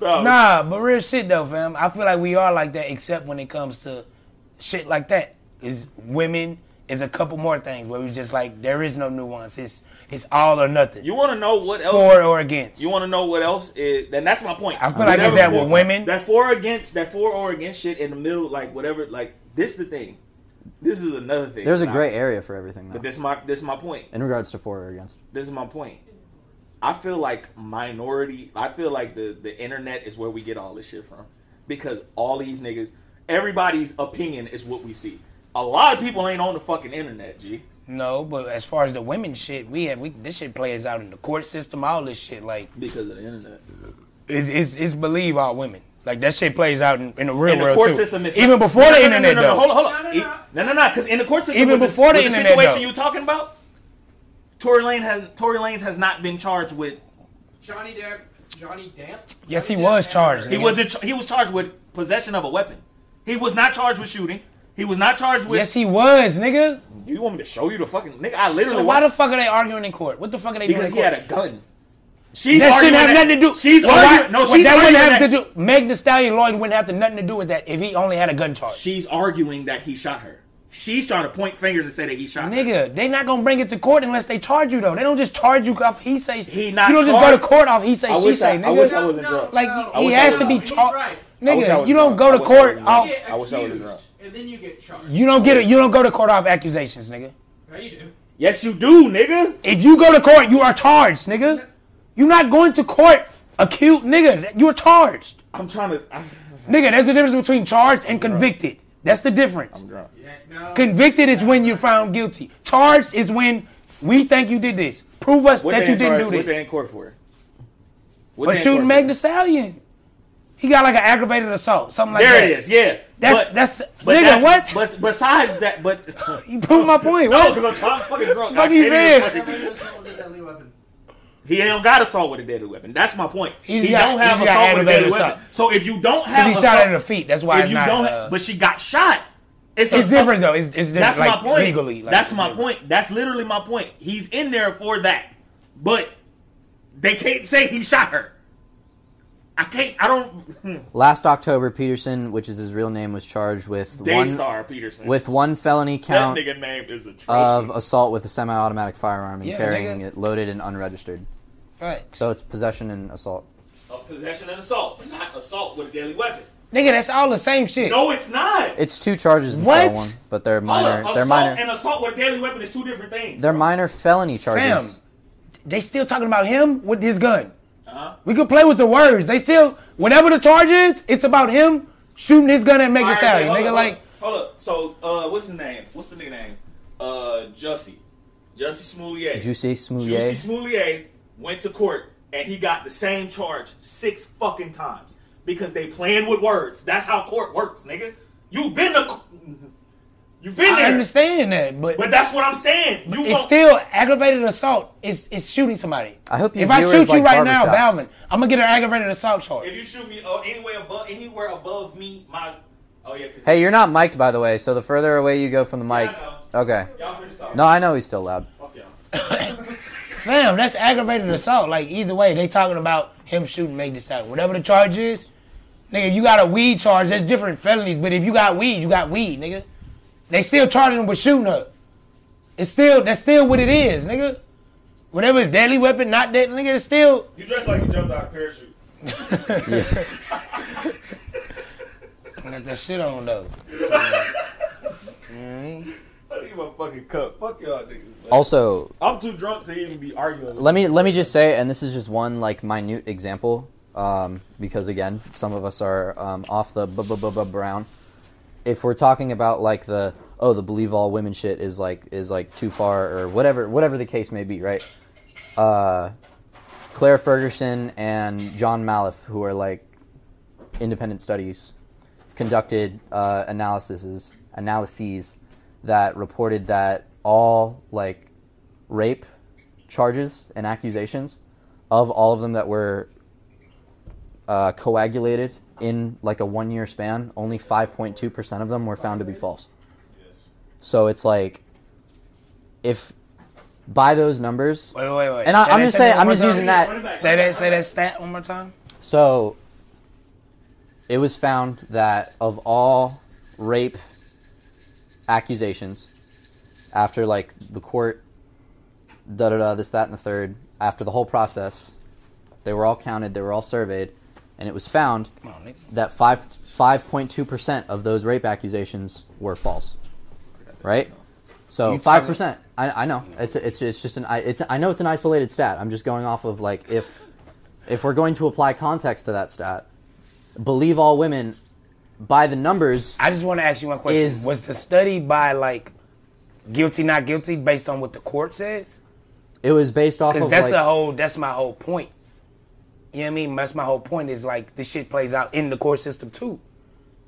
No.
Nah, but real shit though, fam. I feel like we are like that, except when it comes to shit like that. Is women is a couple more things where we just like there is no nuance. It's it's all or nothing,
You want to know what else?
for or against.
You want to know what else is? And that's my point.
I feel like it's that with women.
That for or against, that for or against shit in the middle, like whatever. Like this, the thing. This is another thing.
There's a
Nah.
gray area for everything, though.
But this is my this is my point.
in regards to for or against.
This is my point. I feel like minority. I feel like the the internet is where we get all this shit from because all these niggas, everybody's opinion is what we see. A lot of people ain't on the fucking internet, G.
no, but as far as the women shit, we have we this shit plays out in the court system, all this shit. Like
Because of the internet.
it's it's, it's believe all women. Like that shit plays out in, in the real
in the
world
court
too.
system is
Even before the internet,
No, no,
though.
hold on, hold on.
No, no,
E-
no.
No, no, no, because in the court system,
Even
with
before the
with
internet,
situation
though.
you talking about, Tory Lane has Tory Lanez has not been charged with.
Johnny Depp. Johnny Damp.
Yes,
Johnny
he
Depp
was
and-
charged.
He was in, he was charged with possession of a weapon. He was not charged with shooting. He was not charged with.
Yes, he was, nigga.
you want me to show you the fucking nigga? I literally.
So why the
watched-
fuck are they arguing in court? What the fuck are they
because
doing in
he
court?
had a gun. She's
that shouldn't
arguing
have nothing to do.
She's
Well,
arguing.
why-
No,
well,
she's
that
arguing
wouldn't have
that-
to do. Meg the Stallion Lloyd wouldn't have to nothing to do with that if he only had a gun charge.
She's arguing that he shot her. She's trying to point fingers and say that he shot. her.
Nigga, they not gonna bring it to court unless they charge you though. They don't just charge you off he say.
He not
you don't just go
charged.
to court off he say
I
she
wish I-
say.
I
nigga,
wish I
No,
wasn't
no,
drunk.
like
no.
he
wish I
has
was
to be
drunk.
He's
charged.
right.
I wish I
Nigga,
was
you don't
drunk.
go
I
to
wish I
court
was drunk.
off.
get
I wish I would've
accused,
dropped.
And then you get charged.
You don't get it. You don't go to court off accusations, nigga.
Yeah, you do.
Yes, you do, nigga.
If you go to court, you are charged, nigga. You're not going to court accused, nigga. You're charged,
I'm trying to. I,
nigga. There's a difference between charged and convicted. That's the difference.
I'm drunk.
Yeah, no.
Convicted is when you're found guilty. Charged is when we think you did this. Prove us
What
that
they
you
in
didn't
charge-
do
What they in
this.
court for? What
For
they in
shooting
court
Meg
for?
Thee Stallion. He got like an aggravated assault, something like that.
There it is. Yeah.
That's
But-
that's
But
nigga.
that's-
what?
But besides that, but
you proved my point.
no,
What?
because I'm trying fucking drunk.
Fuck
I
you
can't even
said.
fucking-
Everyone was told that deadly weapon.
He don't got assault with a deadly weapon. That's my point.
He's
he
got-
don't have
he's got
assault with a
aggravated
deadly weapon.
assault.
So if you don't have,
'Cause he
assault,
shot her in the feet. That's why
if
it's
you
not.
don't, ha-
uh,
but she got shot. It's,
it's
assault.
different though. It's, it's different.
That's
like,
my point.
Legally, like,
That's my
different.
point. That's literally my point. He's in there for that, but they can't say he shot her. I can't. I don't.
Last October, Peterson, which is his real name, was charged with one
Daystar Peterson.
with one felony
that
count
nigga name is atrocious.
of assault with a semi-automatic firearm and
Yeah,
carrying
nigga.
it loaded and unregistered.
Right.
So it's possession and assault.
of possession and assault, but not assault with a deadly weapon.
Nigga, that's all the same shit.
No, it's not.
It's two charges instead
What?
of one, but they're
Hold
minor.
up, assault
they're minor.
and assault with a deadly weapon is two different things.
They're minor felony
Fam,
charges.
they still talking about him with his gun.
Uh-huh.
We could play with the words. They still, whatever the charge is, it's about him shooting his gun at Megan
All
Thee
right,
Stallion.
wait,
Nigga,
hold
like,
up, hold up. So, uh, what's his name? What's the nigga name? Uh, Jussie, Jussie Smollett.
Juicy
Juicy
Smouillet.
Smollett went to court and he got the same charge six fucking times because they playing with words. That's how court works, nigga. You've been to, you've been
I
there,
understand that, but,
but that's what I'm saying. You
it's
gon-
still aggravated assault. Is is shooting somebody?
I hope you
If I
viewers
shoot you
like
right now,
barbershops.
Balvin, I'm gonna get an aggravated assault
If
charge.
you shoot me uh, anywhere above anywhere above me, my oh yeah. 'cause-
Hey, you're not mic'd, by the way. So the further away you go from the mic,
I
okay.
y'all finish talking.
No, I know he's still loud.
Fuck y'all.
Fam, that's aggravated assault. Like either way, they talking about him shooting Megan Thee Stallion. Whatever the charge is, nigga, you got a weed charge. That's different felonies. But if you got weed, you got weed, nigga. They still charging him with shooting her. It's still that's still what it is, nigga. Whatever is deadly weapon, not deadly, nigga. It's still
You dress like you jumped out of parachute.
got that shit on though.
I need my fucking cup. Fuck y'all niggas. man.
Also,
I'm too drunk to even be arguing.
let me let me just say, and this is just one like minute example, um, because again, some of us are um, off the bu- bu- bu- bu- brown. If we're talking about like the oh the believe all women shit is like is like too far or whatever whatever the case may be, right? Uh, Claire Ferguson and John Malif, who are like independent studies, conducted uh, analyses analyses that reported that all like rape charges and accusations of all of them that were uh, coagulated in like a one year span, only 5.2% of them were found to be false. So it's like, if by those numbers,
Wait, wait, wait.
And I-
Say
I'm
that-
just
say that
saying-
one
I'm
more
just
time.
using that-
Say that. Say that stat one more time.
so it was found that of all rape accusations, after like the court, da da da, this, that, and the third, after the whole process, they were all counted, they were all surveyed, and it was found
Come on, nigga.
that five five point two percent of those rape accusations were false, right? So
You
five
probably-
percent. I, I know it's it's it's just an I it's I know it's an isolated stat. I'm just going off of like if if we're going to apply context to that stat, believe all women by the numbers.
I just want to ask you one question.
Is-
was the study by like guilty, not guilty, based on what the court says?
It was based off
Because
of
that's
like
the whole. That's my whole point. You know what I mean? That's my whole point. Is like this shit plays out in the court system too.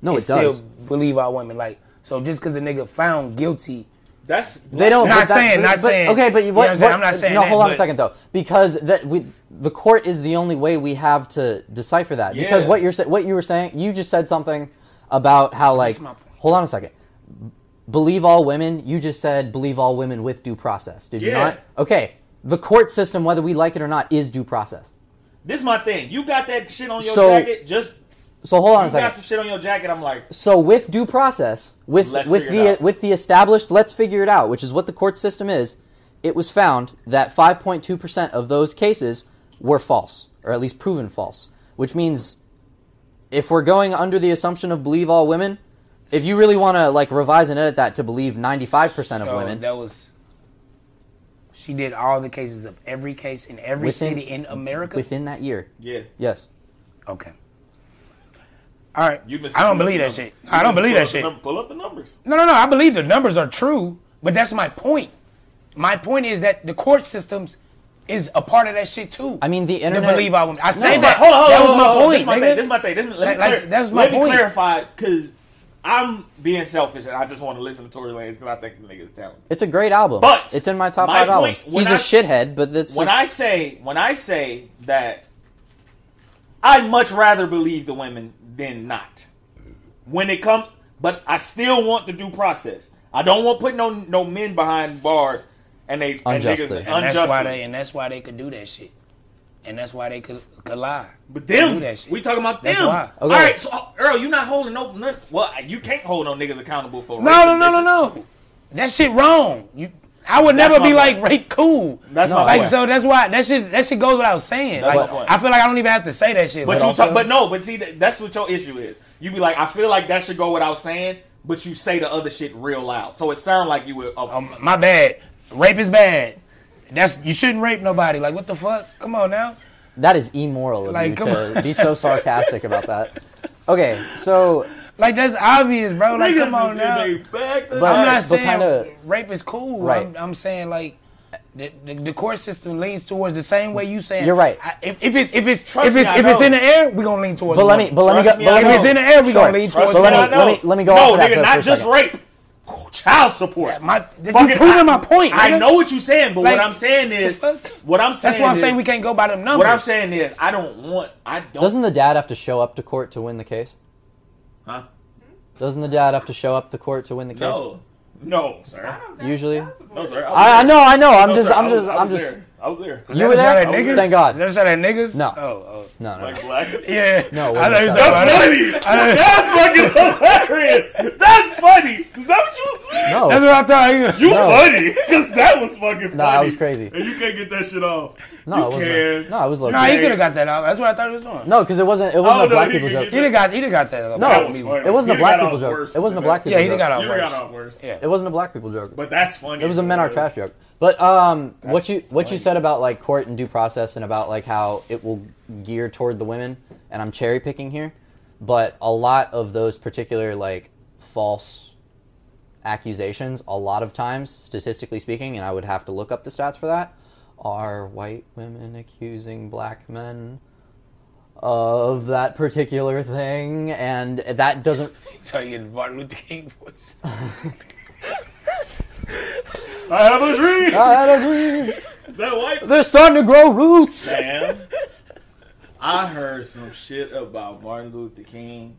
no,
And
it does.
Still believe our women. Like so, just because a nigga found guilty,
That's
They don't.
Not
but that-
saying- not
but-
saying.
Okay, but
You
you,
know what
what,
I'm saying?
what-
I'm not saying
No,
that,
hold on
but-
a second though, because that we the court is the only way we have to decipher that. Because
Yeah.
what you're sa- what you were saying, you just said something about how like.
my point.
Hold on a second. Believe all women. You just said believe all women with due process. Did you
Yeah.
not? Okay. The court system, whether we like it or not, is due process.
This is my thing. You got that shit on your
So-
jacket. Just
So hold on
you
a
got
second.
some shit on your jacket. I'm like,
so with due process, with
Let's
with
figure it
the
out.
with the established, let's figure it out, which is what the court system is. It was found that 5.2 percent of those cases were false, or at least proven false, which means if we're going under the assumption of believe all women, if you really want to like revise and edit that to believe 95 percent of
So
women,
That was. She did all the cases of every case in every
Within-
city in America.
within that year,
yeah,
yes,
okay. All right.
you missed.
I don't believe that shit. I don't believe that shit.
Number. Pull up the numbers.
No, no, no. I believe the numbers are true, but that's my point. My point is that the court systems is a part of that shit too.
I mean, the internet-
To believe I would. I
This
say
is
that.
my- hold on, hold on,
that was
hold
my
on, hold on.
point. nigga.
This is my thing. This is my thing. This is- let me,
Like-
clar-
like, that was my
let me
point.
clarify because I'm being selfish and I just want to listen to Tory Lanez because I think the nigga is talented.
it's a great album.
But
it's in my top
my
five
point-
albums.
when
He's a
I-
shithead, but that's
when I say when I say that I much rather believe the women than not. When it comes but I still want the due process. I don't want put no no men behind bars and they
Unjustly.
and niggas,
And that's why
unjustly.
they. And that's why they could do that shit. And that's why they could could lie.
but
do
them
that shit.
we talking about
That's
them.
why.
All
Okay.
right, so uh, Earl, you not holding no none, well, you can't hold no niggas accountable for
No, no, no, no, no. That shit wrong. You, I would
That's
never
my
be
point.
like rape cool.
That's
No,
my
like
point.
so. That's why that shit. That shit goes without saying.
That's
Like
my point.
I feel like I don't even have to say that shit.
But
like,
you talk, but no, but see, that, that's what your issue is. You be like, I feel like that should go without saying, but you say the other shit real loud, so it sound like you were. Uh,
Um, my bad. Rape is bad. That's you shouldn't rape nobody. Like what the fuck? Come on now.
That is immoral of
Like,
you
come
to be so sarcastic about that. Okay, so
Like that's obvious, bro. Like come on now.
They back to
But-
I'm
that.
not saying
kinda-
rape is cool.
Right.
I'm, I'm saying like. The, the, the court system leans towards the same way you saying.
You're right.
I, if, if it's if it's
Trust
if it's
me, I
if it's
know.
in the air, we are gonna lean towards.
but let
one.
me but let me
Trust
go
me,
but
I
let me
know.
if it's in the air, we
Sure.
gonna lean towards.
Trust
so
me,
one.
let
I
me-
know.
let me- let me go
No,
off of that
nigga,
for-
not
for a
just
second.
rape, child support.
My, you
Fucking-
proving my point.
I
nigga.
know what you saying, but
Like,
what I'm saying is,
the fuck?
what I'm saying.
That's why I'm
is-
saying we can't go by them numbers.
What I'm saying is, I don't want. I don't.
doesn't the dad have to show up to court to win the case?
huh?
Doesn't the dad have to show up to court to win the case?
No, no, sir.
Usually-
No, sir. was
I, I
there.
know, I know. I'm
No,
just,
sir,
I'm
I was-
just,
I
I'm
was
just.
there. I was there.
You were
there?
there? niggas?
Thank God.
Is that niggas?
No.
Oh, oh.
No, no,
Like
no.
black.
Yeah.
No, it
I thought you
wasn't
said
that.
about it.
funny. That's fucking hilarious. That's funny. Is that what you was saying?
No.
That's what I thought.
You
No.
funny because that was fucking funny.
Nah, that was crazy.
And you can't get that shit off.
No,
you
it
can.
wasn't. No, it was low.
No, he
Okay.
could have got that out. That's what I thought he was doing.
No, because it wasn't. It wasn't
Oh,
a
no,
black
he
people
can
joke.
get
He'd have got. He'd have got that. out.
No.
That
That
was
was
me.
funny.
It wasn't a
He
black
got
people
off
joke.
worse
It wasn't
than
a black
that.
Yeah, he
people joke.
done got off
You got
worse.
off worse.
Yeah.
It wasn't a black people joke.
But that's funny.
It was a men are trash joke. But um, what you what you said about like court and due process and about like how it will gear toward the women, and I'm cherry picking here, but a lot of those particular like false accusations, a lot of times, statistically speaking, and I would have to look up the stats for that, are white women accusing black men of that particular thing, and that doesn't
So you Martin Luther King voice.
I have a dream.
I had a dream.
That white
Ah, They're starting to grow roots.
man. I heard some shit about Martin Luther King.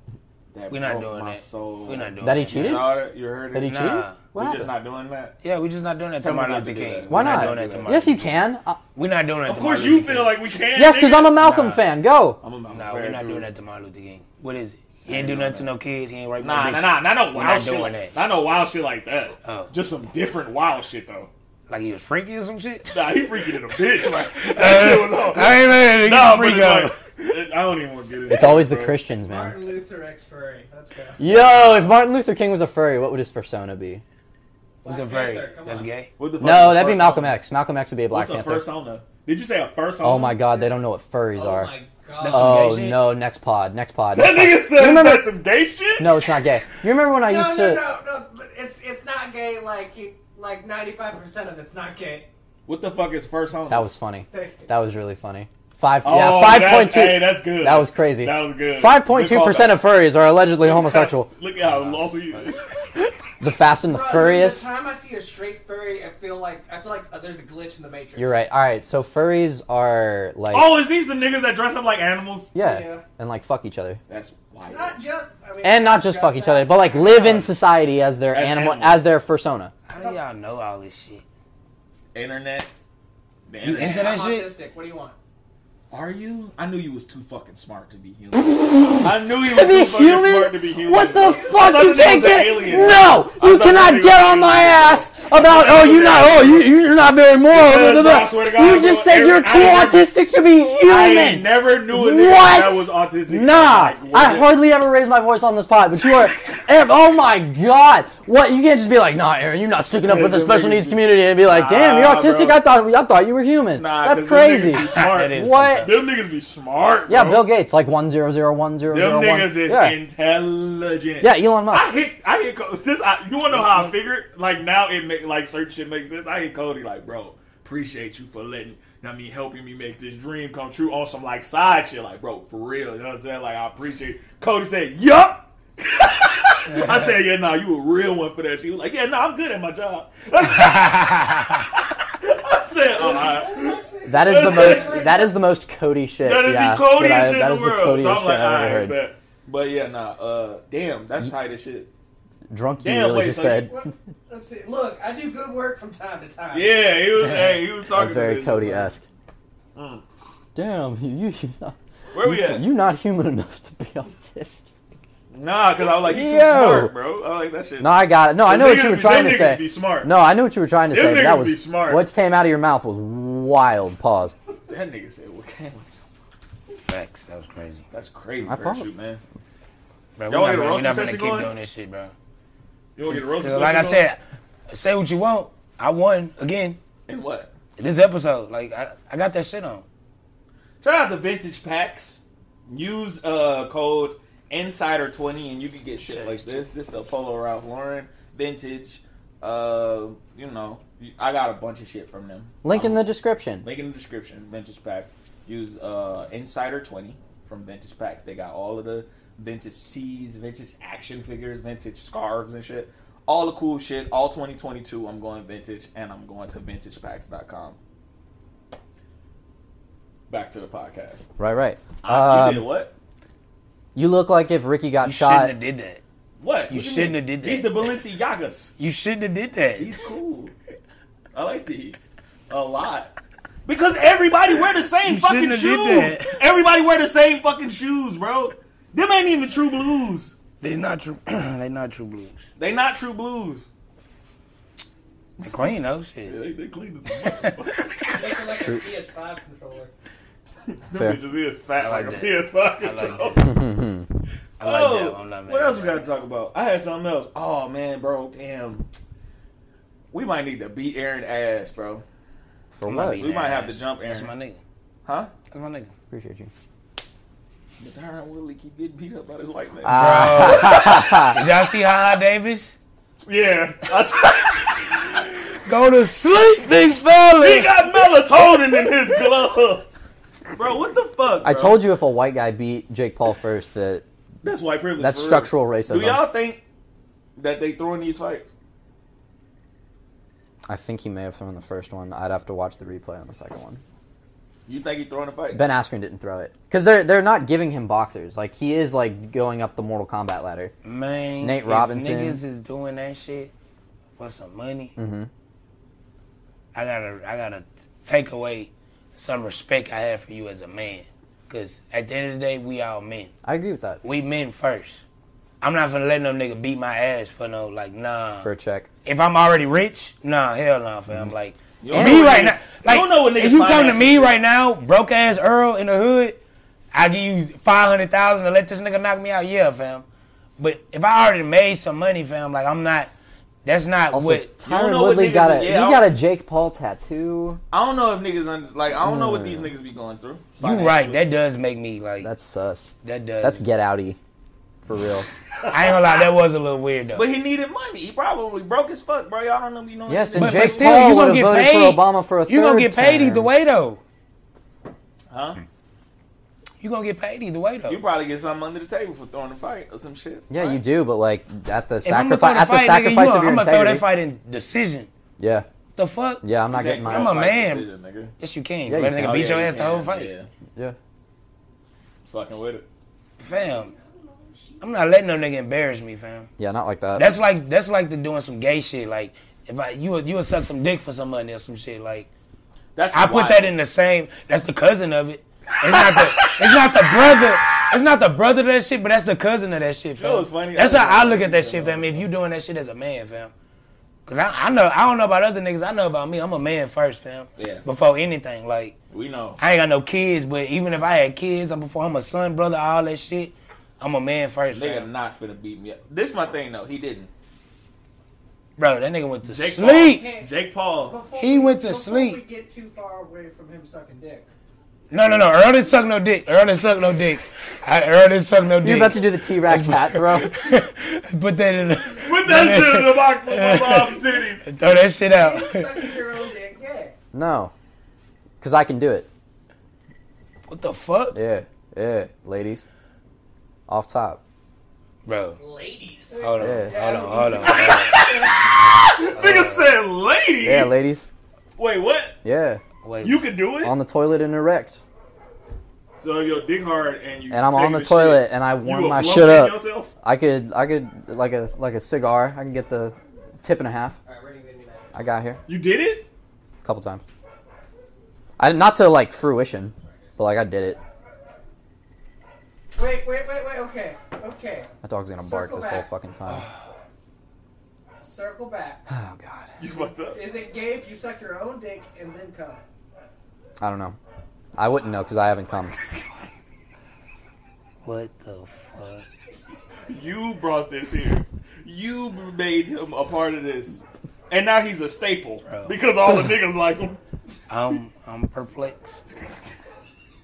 That
We're not
broke
doing
my
it.
Soul.
We're not doing
That he
it.
You
cheated?
saw it? You heard
That he
it?
Nah.
cheated? What
We're just
happened?
not doing that.
Yeah, we just not doing that
Tell
to
me
Martin
not
Luther
to do
King.
that.
Why
We're
not?
doing that to Martin
Yes, you
Luther King.
can. Uh,
We're not doing that to
Of course,
Martin
you
Luther King.
feel like we can.
yes, because I'm a Malcolm
Nah.
fan. Go.
I'm a Malcolm
Nah, we're
fan,
not
too.
doing that to Martin Luther King. What is it? He ain't
Yeah,
do
no,
nothing to no kids. He ain't rape
Nah,
no
nah,
bitches.
nah, not no
We're
wild
not
shit.
doing
like,
that.
Not no wild shit like that.
Oh.
Just some different wild shit though.
Like he was freaky or some shit.
Nah, he freaking in a bitch. Like that shit was on.
I ain't mad.
No,
No,
but
freak out.
it's like, I don't even want to get into
It's always the
bro.
Christians, man.
Martin Luther X Furry. Let's go.
Yo, if Martin Luther King was a furry, what would his persona be?
What's a
Black
very?
Panther, come
That's
on.
gay.
What the fuck is
No,
a
that'd be
fursona?
Malcolm X. Malcolm X would be a Black
What's a
Panther.
fursona? Did you say a fursona?
Oh my god, they don't know what furries
Oh
are.
my god.
That's some
Oh
gay shit?
no, next pod, next pod.
That nigga said
remember-
that's some gay shit.
No, it's not gay. You remember when I
no,
used
no,
to?
no, no. But it's it's not gay. Like you, like ninety five percent of it's not gay.
What the fuck is fursona?
That was funny.
They-
That was really funny. Five,
Oh,
yeah,
that-
five point two.
Hey, that's good.
that was crazy.
That was good.
Five point two percent of furries are allegedly homosexual.
Look at how lost you.
The Fast and the
Bro,
Furious.
The time I see a straight furry, I feel like I feel like uh, there's a glitch in the matrix.
You're right. All right, so furries are like
Oh, is these the niggas that dress up like animals?
yeah,
Yeah.
and like fuck each other,
That's wild.
Not just. I mean,
and not just fuck each other,
that.
but like live in society as their
As
animal,
animals.
as their persona.
How do y'all know all this shit?
Internet. The
You
internet.
into that
I'm
shit?
autistic. What do you want?
Are you? I knew you was too fucking smart to be human. I knew you was
To be
too fucking smart to be
human?
human.
What
bro.
the
I
fuck?
thought
You
that nigga
can't
was an
get
alien.
no.
I
You
thought that
cannot
nigga
get
was
on
an
my
alien.
ass about oh you're not oh you you're not very moral. blah,
Because,
blah,
bro, I
blah.
swear to God,
You just
bro,
said you're
every-
too
I ain't
autistic to be
I
human.
never knew a nigga
What?
that was autistic.
Nah,
Like, what
I
the-
hardly ever raise my voice on this pod, but you are. Em- oh my god, what? You can't just be like, nah, Aaron, you're not sticking up with the special needs community and be like, damn, you're
Nah,
autistic.
bro.
I thought I thought you were human.
Nah,
That's
'cause them
crazy.
niggas Be smart.
That is
What?
Them niggas be smart.
Yeah, Bill
bro.
Gates, like one zero zero one zero
Them
zero one.
niggas is Ah!
Yeah,
intelligent.
yeah, Elon Musk.
I hit. I hit. Co- This. I, you wanna know how I figured? Like now, it make like certain shit makes sense. I hit Cody like, bro, appreciate you for letting. I mean, helping me make this dream come true on some like side shit. Like, bro, for real. You know what I'm saying? Like, I appreciate. Cody said, yup. I said, yeah, nah, you a real one for that. She was like, yeah, nah, I'm good at my job. I said, "Oh, all right.
That is the most. That is the most Cody shit.
That is
yeah,
the codiest
that I-
shit
that
in
is
the
the
world.
Cody-est
so I'm
shit
like,
I've
I
ever heard.
bet. But yeah, nah. Uh, damn, that's tight as shit.
Drunk, you
Damn,
really
wait,
just
so you-
said.
What? Let's see. Look, I do good work from time to time.
Yeah, he was. hey, he was talking.
That's very
to
Cody esque.
Mm.
Damn, you you not,
Where we at?
you not human enough to be autistic.
Nah, because I was like, uh, you too
Yo.
smart, bro. I like that shit.
No, I got it. No, I
Them
know what
niggas
you were
be-
trying
them
to
niggas
say.
Be smart.
No, I knew what you were trying to
Them
say. But that was
niggas be smart.
what came out of your mouth was wild. Pause.
that nigga said, "What can we?"
Facts. That was crazy.
That's crazy.
I
Parachute,
promise.
man.
Bro,
Y'all
we're
get a
not, gonna- we
roasting
not gonna
session
keep
going?
doing this shit, bro.
You don't get roasted.
'Cause Like I said, say what you want. I won again.
and what?
This episode, like I, I got that shit on.
Try out the vintage packs. Use uh code Insider Twenty, and you can get shit like this. This the Polo Ralph Lauren vintage. Uh, you know, I got a bunch of shit from them.
Link in
Um,
the description.
Link in the description. Vintage Packs. Use uh, Insider twenty from Vintage Packs. They got all of the vintage tees, vintage action figures, vintage scarves and shit. All the cool shit. All twenty twenty two. I'm going vintage, and I'm going to VintagePacks.com. Back to the podcast.
Right, right.
I- you did
Um,
what?
you look like if Ricky got
You
shot.
shouldn't have did that.
What?
you
What
shouldn't
mean?
have did that.
He's the Balenciagas.
You shouldn't have did that.
He's cool. I like these a lot. Because everybody wear the same
You
fucking
shouldn't have did
shoes.
that.
Everybody wear the same fucking shoes, bro. Them ain't even true blues.
They not true. they not true blues.
They not true blues.
They clean though. Shit.
they, they clean as
Looking like a PS5 controller.
Fair.
Them bitches is fat
I
like,
like
a
that.
PS5
I like
controller.
I like
oh,
that. one. I'm not mad
what else we got
about
to
it.
talk about? I had something else. Oh man, bro, damn. We might need to beat Aaron ass, bro.
for
I'm not
what?
beating
We might have
ass.
to jump
That's
Aaron.
my nigga.
Huh?
That's my nigga.
Appreciate you.
But Tyron Woodley keep getting beat up by this white man.
Did y'all see Ha Ha Davis?
yeah.
Go to sleep, big fella.
He got melatonin in his glove. Bro, what the fuck?
I told you if a white guy beat Jake Paul first, that
That's white privilege.
that's
for real.
structural racism.
Do y'all think that they throwing these fights?
I think he may have thrown the first one. I'd have to watch the replay on the second one.
You think he throwing a fight?
Ben Askren didn't throw it because they're they're not giving him boxers. Like he is like going up the Mortal Kombat ladder.
Man,
Nate
if
Robinson.
niggas is doing that shit for some money.
Mm-hmm.
I gotta, I gotta take away some respect I have for you as a man. Cause at the end of the day, we all men.
I agree with that
We men first. I'm not gonna let no nigga beat my ass for no like nah.
for a check.
if I'm already rich, nah, hell nah, fam. Like
Mm. You don't know
me
what niggas-
right now,
you
like
don't know what niggas
if you come to
finances
me
is.
right now, broke ass Earl in the hood, I give you five hundred thousand to let this nigga knock me out, yeah, fam. But if I already made some money, fam, like I'm not. That's not
Also,
what.
don't
Tyron
know what
Woodley
niggas
got a
is-
he
yeah,
got a Jake Paul tattoo.
I don't know if niggas under, like I don't know what
Mm.
these niggas be going through.
You right? That does make me like.
That's sus.
that does.
That's get outy, for real.
I ain't gonna lie. That was a little weird though.
But he needed money. He probably broke as fuck, bro. Y'all don't know. You know. what
Yes,
I'm
and
But-
saying?
but
Jake
still, you
Paul
gonna
would have
get
voted
paid.
for Obama for a
you gonna
third
get paid
term.
either way though.
huh?
You gonna get paid either way though.
You probably get something under the table for throwing a fight or some shit.
Yeah,
right?
you do, but like at the
If I'ma
sacrifice
throw
at the
fight, nigga, you
sacrifice
know,
of your
I'ma
integrity.
throw that fight in decision.
Yeah,
The fuck?
yeah, I'm not
That
getting
kind
I'm
my.
a
of fight
man.
decision, nigga.
Yes, you can.
Yeah,
Let a
you
nigga
can.
Oh,
beat
yeah,
your
you
ass the
can,
whole fight.
yeah.
Yeah,
Fucking with it.
Fam. I'm not letting no nigga embarrass me, fam.
yeah, not like that.
That's like that's like the doing some gay shit. Like if I you would you would suck some dick for some money or some shit. Like
That's
I put
wild.
that in the same that's the cousin of it. It's not the it's not the brother it's not the brother of that shit, but that's the cousin of that shit,
know
fam.
what's funny?
That's
I
how I
didn't
look at that
know.
shit, fam. If you doing that shit as a man, fam. Cause I, I know I don't know about other niggas, I know about me. I'm a man first, fam.
Yeah.
Before anything. Like
We know.
I ain't got no kids, but even if I had kids, I'm before I'm a son, brother, all that shit. I'm a man first,
Nigga
fam.
not finna beat me up. This my thing though. He didn't.
bro. That nigga went to
Jake
sleep.
Paul.
Jake Paul.
Before
He
we-
went to
before
sleep.
we get too far away from him sucking dick.
No, no, no. Earl didn't suck no dick. Earl didn't suck no dick. I, Earl didn't suck no dick.
You're about to do the T-Rex hat, bro.
Put that in. The,
Put that shit in the box with my mom's titties.
throw that shit out.
He's sucking your own dick. Yeah.
No, because I can do it.
what the fuck,
Yeah, yeah, ladies. Off top.
bro?
Ladies.
Hold on,
Yeah.
hold on, hold on. Hold on.
Nigga said ladies.
Yeah, ladies.
Wait, what?
Yeah,
Wait,
You can do it?
on the toilet and erect,
so if your dick hard and you
and I'm
taking
on the
shit,
toilet and I
you
warm
a
my
lump
shit
in
up.
yourself?
I could, I could like a like a cigar. I can get the tip and a half.
Alright, we're gonna go do that.
I got here
You did it?
a couple times. I did not to like fruition, but like I did it.
Wait, wait, wait, wait. Okay, okay.
That dog's gonna bark
Circle
this whole
back.
fucking time.
Circle back.
Oh god.
You fucked up.
Is it gay if you suck your own dick and then come?
I don't know. I wouldn't know because I haven't come.
what the fuck?
You brought this here. You made him a part of this. And now he's a staple
Bro.
because all the niggas like him.
I'm I'm perplexed.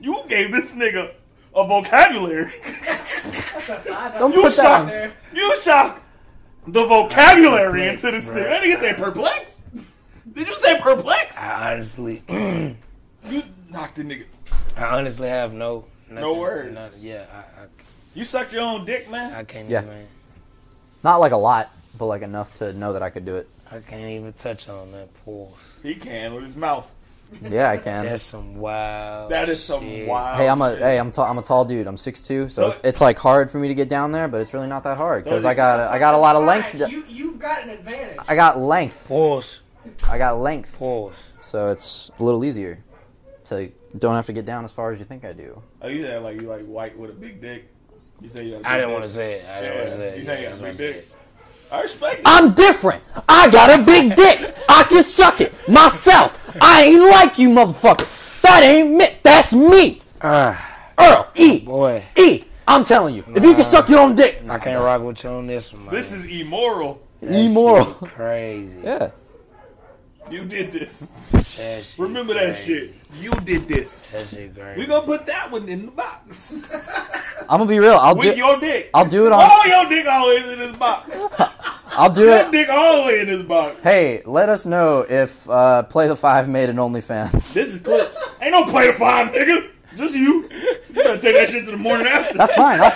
You gave this nigga a vocabulary.
That's a five.
Don't
You
put that
suck.
on.
there.
You shocked the vocabulary
Perplexed,
into this
bro.
nigga. That nigga said perplexed? Did you say perplexed?
I honestly,
You knocked the nigga.
I honestly have no nothing-
words.
nothing- yeah, I,
You sucked your own dick, man.
I, I can't
Yeah.
even.
Not like a lot, but like enough to know that I could do it.
I can't even touch on that pause.
He can with his mouth.
Yeah, I can.
That's some wild.
That is some
shit.
wild.
Hey, I'm a
shit.
hey, I'm t- I'm a tall dude. I'm 6'2", so,
So-
it's, it's like hard for me to get down there, but it's really not that hard because
So-
I got a, I got a lot of length.
Fine, You you've got an advantage.
I got length.
Pause.
I got length,
Pause.
so it's a little easier to don't have to get down as far as you think I do.
Oh, you said like you like white with a big dick. You say you got a big
I didn't want to
dick.
say it. I didn't
Yeah,
want to say it.
You say you
Yeah,
got a
that's
big
what I
dick. I respect it.
I'm different. I got a big dick. I can suck it myself. I ain't like you, motherfucker. That ain't me. That's me,
said. Ah,
Earl E.
boy.
E. I'm telling you, if you can suck your own dick,
I can't rock with you on this one, man.
This is immoral.
That shit
immoral.
Crazy.
Yeah.
You did this.
That shit
Remember that
crazy.
shit. You did this.
That shit crazy.
We gonna put that one in the box
I'm gonna be real. I'll
with
do.
your dick.
I'll do it on.
All your dick always in this box.
I'll do
Your
it.
dick always in this box.
Hey, let us know if uh, Play the Five made an OnlyFans.
This is clips. Ain't no play to five, nigga. Just you. You better take that shit to the morning after.
That's fine. I'll,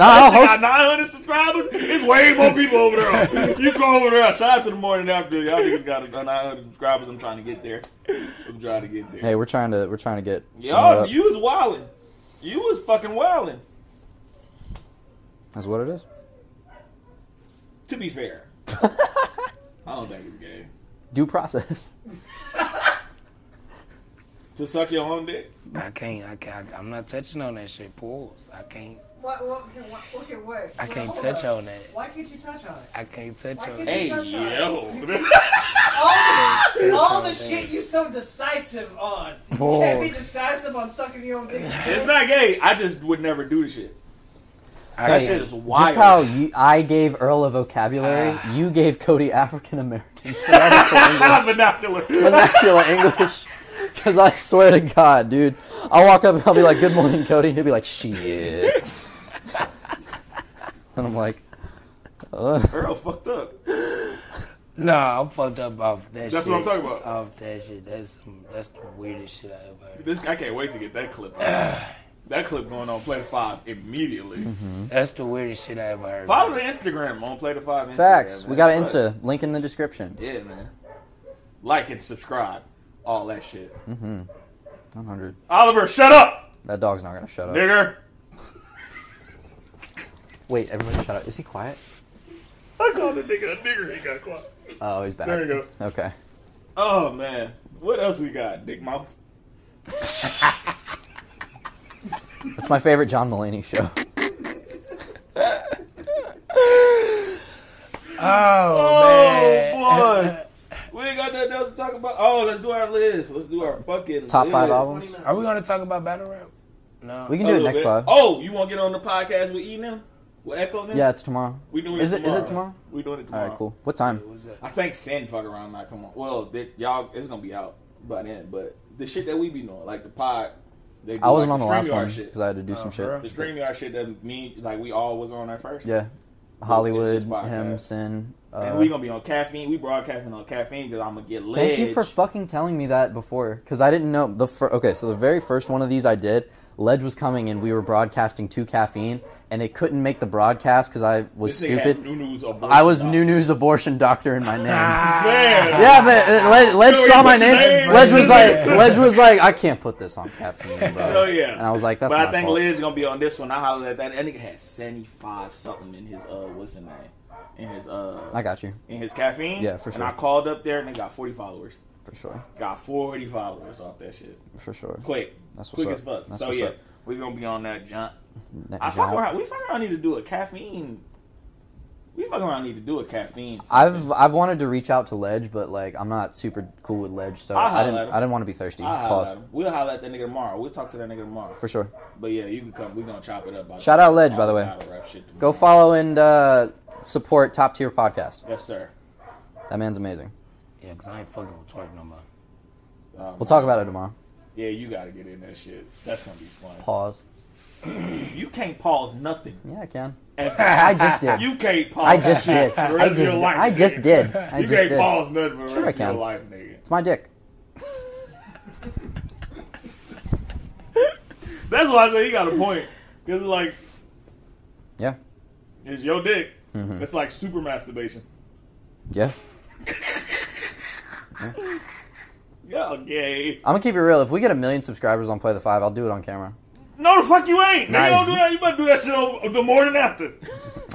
I'll
She
host-
got 900 subscribers. It's way more people over there. you go over there. Shout out to the morning after. Y'all niggas got 900 subscribers. I'm trying to get there. I'm trying to get there.
Hey, uh, we're trying to we're trying to get
Y'all,
up.
you was wildin'. You was fucking wildin'.
That's what it is.
To be fair, I don't think it's gay
Due process.
to suck your own dick.
I can't. I can't. I'm not touching on that shit. Pause. I can't.
What, what, okay, what, okay, wait.
I
Wait,
can't
hold
touch
up.
on that.
Why can't you touch on it?
I can't touch
Why
on
can't
that.
Hey
Touch on it.
yo,
All the, all the
on
shit
that.
you so decisive on. You can't be
Pause.
decisive on sucking your own dick.
it's not gay. I just would never do the shit.
I
That
can't.
shit is wild.
Just how you, I gave Earl a vocabulary,
Ah.
you gave Cody African American vernacular
Vernacular.
vernacular English. Because I swear to God, dude, I'll walk up and I'll be like, "Good morning, Cody," and he'll be like, "Shit," and I'm like, "Uh,
Earl fucked up.
No, I'm fucked up off that shit.
That's what I'm talking about.
Off that shit. That's some, that's the weirdest shit I ever heard.
This I can't wait to get that clip. out. that clip going on Play the Five immediately.
Mm-hmm.
That's the weirdest shit I ever heard.
Follow
man.
the Instagram on Play the Five. Instagram,
"Facts, we
man.
got an
Fuck.
Insta link in the description."
Yeah, man. Like and subscribe. All that shit.
Mm-hmm. 100.
Oliver, shut up,
That dog's not gonna shut up.
nigger.
Wait, everybody, shut up. Is he quiet?
I called the nigga a nigger. He got caught.
Oh, he's back.
There you go.
Okay.
Oh man, what else we got? Dick mouth.
That's my favorite John Mulaney show.
Oh,
Oh
man.
boy, we ain't got nothing else to talk about. Oh, let's do our list. Let's do our fucking
Top five
list.
albums.
Are we gonna talk about battle rap? No.
We can
A
do it
little
next
bit.
pod.
Oh, you want to get on the podcast with E now? With Echo now?
Yeah, it's tomorrow.
We doing
Is
it
it- is
tomorrow.
it tomorrow?
We doing it tomorrow.
All right, cool. What time?
What's that?
I think Sin fuck around not come on. Well, they, y'all, it's gonna be out by then. But the shit that we be doing, like the pod, they do
I wasn't
like
on the last
StreamYard
one
Shit.
because I had to do
Oh,
some
for
shit.
real?
The StreamYard shit that me, like we all was on at first.
Yeah, Hollywood,
podcast.
him, Sin.
And
Uh,
we gonna be on caffeine. We broadcasting on caffeine because I'm gonna get lit.
thank you for fucking telling me that before because I didn't know the fir- okay. So the very first one of these I did, Ledge was coming and we were broadcasting to caffeine and it couldn't make the broadcast because I was
This nigga had
stupid.
Nunu's abortion
I was
doc.
New News abortion doctor in my name.
Man.
Yeah, but uh, Led, Ledge
No, he
saw my
puts his
name.
name
Ledge was like,
in
Ledge was like, I can't put this on caffeine, bro.
Hell Oh, yeah.
Uh, And I was like, that's
but
my
I think
fault.
Lid's gonna be on this one. I hollered at that. That nigga had seventy five something in his uh, what's his name? In his uh,
I got you
in his caffeine.
Yeah, for
And
sure.
I called up there and they got forty followers.
for sure,
Got forty followers off that shit.
for sure.
Quick,
That's what's
quick
up.
as fuck.
That's
so
what's
yeah,
up.
we're gonna be on that jump.
That
I fuck
job.
around. We fuck around. Need to do a caffeine. We fuck around. Need to do a caffeine.
I've I've wanted to reach out to Ledge, but like I'm not super cool with Ledge, so
I'll
I
holler
didn't
at him.
I didn't want to be thirsty.
I'll holler at
Pause.
him. We'll holler at that nigga tomorrow. We'll talk to that nigga tomorrow.
For sure.
But yeah, you can come. We're gonna chop it up. about
Shout out Ledge, by
all
the way.
battle rap shit
Go
tomorrow.
follow and uh, support top tier podcast.
Yes, sir.
That man's amazing.
Yeah, cause I ain't fucking with Twerk no more.
Um,
We'll talk about it tomorrow.
Yeah, you gotta get in that shit. That's gonna be fun.
Pause.
You can't pause nothing.
Yeah, I can.
Ever.
I just did.
you can't pause.
I just did.
shit for the
I
rest of
just
your
did.
life,
I just
nigga.
did. I
you
just
can't
did.
pause nothing for the
Sure
rest
I
of
can.
your life, nigga.
It's my dick.
That's why I say you got a point. Cause it's like
Yeah.
it's your dick.
Mhm.
It's like super masturbation.
Yeah.
Y'all gay.
I'm gonna keep it real. If we get a million subscribers on Play the Five, I'll do it on camera.
No, the fuck you ain't. Nigga,
Nice.
don't do that. You better do that shit on the morning after.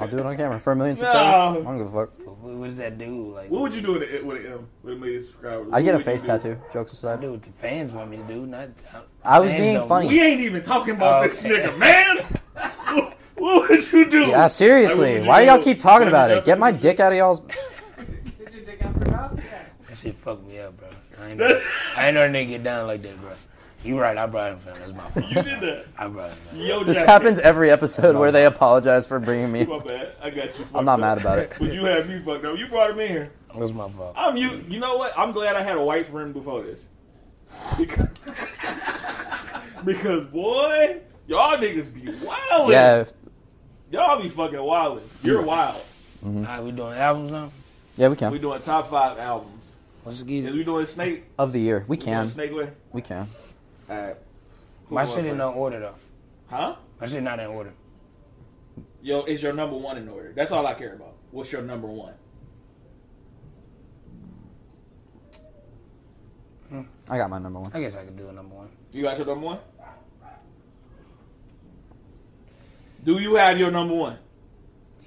I'll do it on camera for a million
No.
subscribers. I don't give a fuck.
What, what does that do? Like,
What would you do with a, with a M with a million subscribers?
I'd
What
get a
would you
face
do?
tattoo. Jokes aside.
do what the fans want me to do? Not. I,
I was
fans
being
don't-
funny.
We ain't even talking about this
Okay.
nigga, man. what, what would you do?
Yeah, seriously.
Like,
Why do y'all
you-
keep talking
you-
about it? Get my dick out of y'all's.
Did your dick out for mouth? Yeah.
That shit fucked me up, bro. I ain't, never, I ain't never nigga get down like that, bro. You right, I brought him, fam. That's my fault.
You did that.
I brought him. Man.
Yo,
This
Jack,
happens every episode where they apologize for bringing me.
My bad. I got you. fucked
I'm not
up.
mad about it.
But you had me fucked up. You brought him in here.
That's my fault.
I'm you. You know what? I'm glad I had a white friend before this. Because, because boy, y'all niggas be wildin'.
Yeah,
Y'all be fucking wildin'. You're wild.
All right, we doing albums now.
yeah, we
We
can.
doing top five albums.
What's the
Is
geezer?
we doing Snake?
Of the year, we
We doing
can.
Snake way?
We can.
All right.
My shit in no order though.
Huh?
My shit not in order.
Yo, is your number one in order? That's all I care about. What's your number one?
I got my number one.
I guess I could do a number one.
You got your number one? Do you have your number one?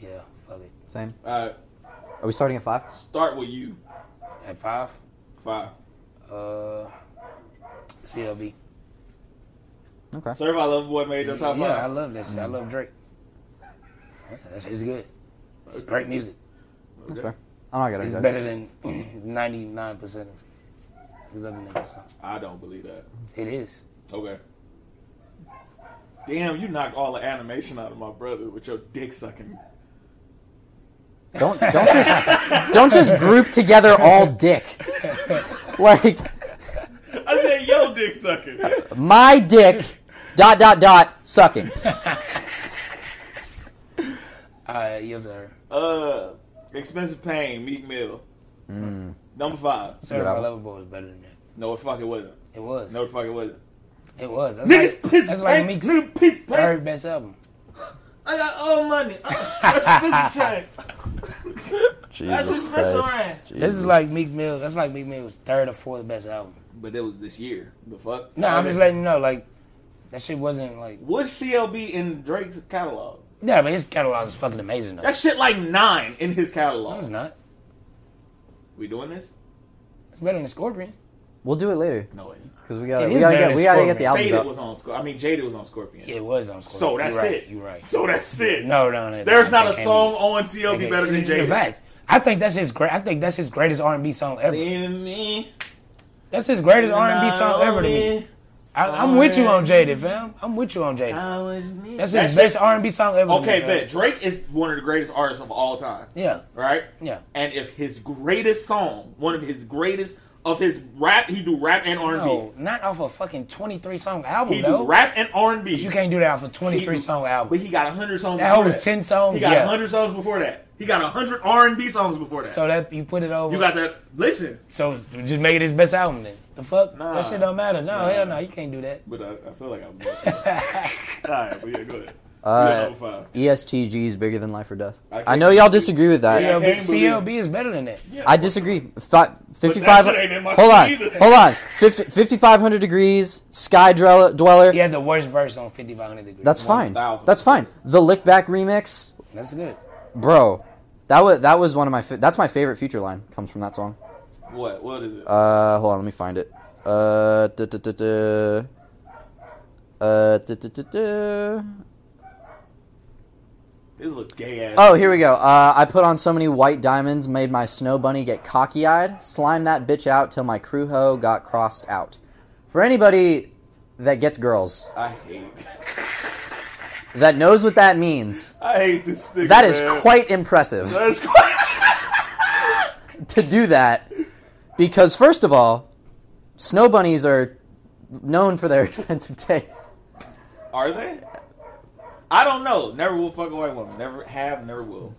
Yeah, fuck it.
Same.
Uh,
Are we starting at five?
start with you.
At five,
Five.
uh, CLB.
Okay.
Serve I Love Boy made your top
yeah, I
five.
love that shit. I love Drake. That shit's good. It's great music.
That's fair. I'm not gonna
It's
go.
better than 99% of these other niggas. So.
I don't believe that.
It is.
Okay. Damn, you knocked all the animation out of my brother with your dick sucking.
Don't don't just don't just group together all dick. Like
I said yo dick sucking.
my dick dot dot dot sucking.
Uh, yes, sir.
Uh, expensive pain, Meek Mill. Number five.
Sir,
album.
my lover boy was better than that.
No, it fucking wasn't.
It was.
No, it fucking wasn't.
It was. That's
Niggas
like,
piss
that's like
paint.
Meek's
Nigga piss paint.
third best album.
I got all money. Uh, That's expensive chain. That's
Jesus
expensive
Christ.
rent.
This is like Meek Mill. That's like Meek Mill's third or fourth best album.
But it was this year. The fuck?
No, I'm just letting you know, like, that shit wasn't like.
What's CLB in Drake's catalog?
Yeah, but his catalog is fucking amazing, though.
That shit like nine in his
No, it's
catalog.
not.
We doing this?
It's better than Scorpion.
We'll do it later
No, it's not.
because we got
It
to we
is
got to
better
get
than
we got to
Scorpion.
get the albums
Faded
up.
was on Scorpion. I mean, Jada was on Scorpion.
It was on Scorpion.
So that's
You're right.
it.
You're right.
So that's it.
no, no, no.
There's not
that
a
can't
song
be-
on
that
CLB
can't-
better than
The
Jada.
facts. I think that's his great. I think that's his greatest R&B song ever.
In me,
That's his greatest R&B song ever to me. I, I'm with you on Jada, fam. I'm with you on Jada.
I was me.
That's
That
his
shit-
best R&B song ever. to
Okay,
me, fam.
bet Drake is one of the greatest artists of all time,
Yeah,
right?
yeah.
And if his greatest song, one of his greatest of his rap, he do rap and R and B.
No, not off a fucking 23 song album,
He
though.
do rap and R and B.
You can't do that off a 23 song album.
But he got hundred songs.
That
before
hoe was 10 songs.
He got
yeah.
hundred songs before that. He got hundred R and B songs before that.
So that you put it over.
you got that? Listen,
so just make it his best album then. The fuck?
Nah.
That shit don't matter. No,
Nah.
hell no, you can't do that.
but I, I feel like I'm. All right, but Oh, yeah, go ahead.
Uh,
You got number five.
ESTG is bigger than life or death.
I can't
I know y'all
believe-
disagree with that.
Yeah, I
CLB,
can't believe-
CLB is better than that.
Yeah.
I disagree. Fi-
that
55.
shit ain't in my
Hold on.
shit either.
Hold on. 50, 5,500 degrees, Sky Dweller. dweller.
He had the worst verse on 5500 degrees.
That's fine.
1,000.
That's fine. The Lick Back remix,
That's good.
bro. That was that was one of my fa- that's my favorite feature line comes from that song.
What? What is it?
Uh, hold on, let me find it. Uh, duh, duh, duh, duh. Uh, duh, duh, duh, duh.
this look gay ass.
Oh, here we go. Uh, I put on so many white diamonds, made my snow bunny get cocky eyed, slime that bitch out till my crew hoe got crossed out. For anybody that gets girls,
I hate.
that knows what that means,
I hate this nigga.
that is
man.
quite impressive
That is quite.
to do that. Because, first of all, snow bunnies are known for their expensive taste.
Are they? I don't know. Never will fuck a white woman. Never have. Never will.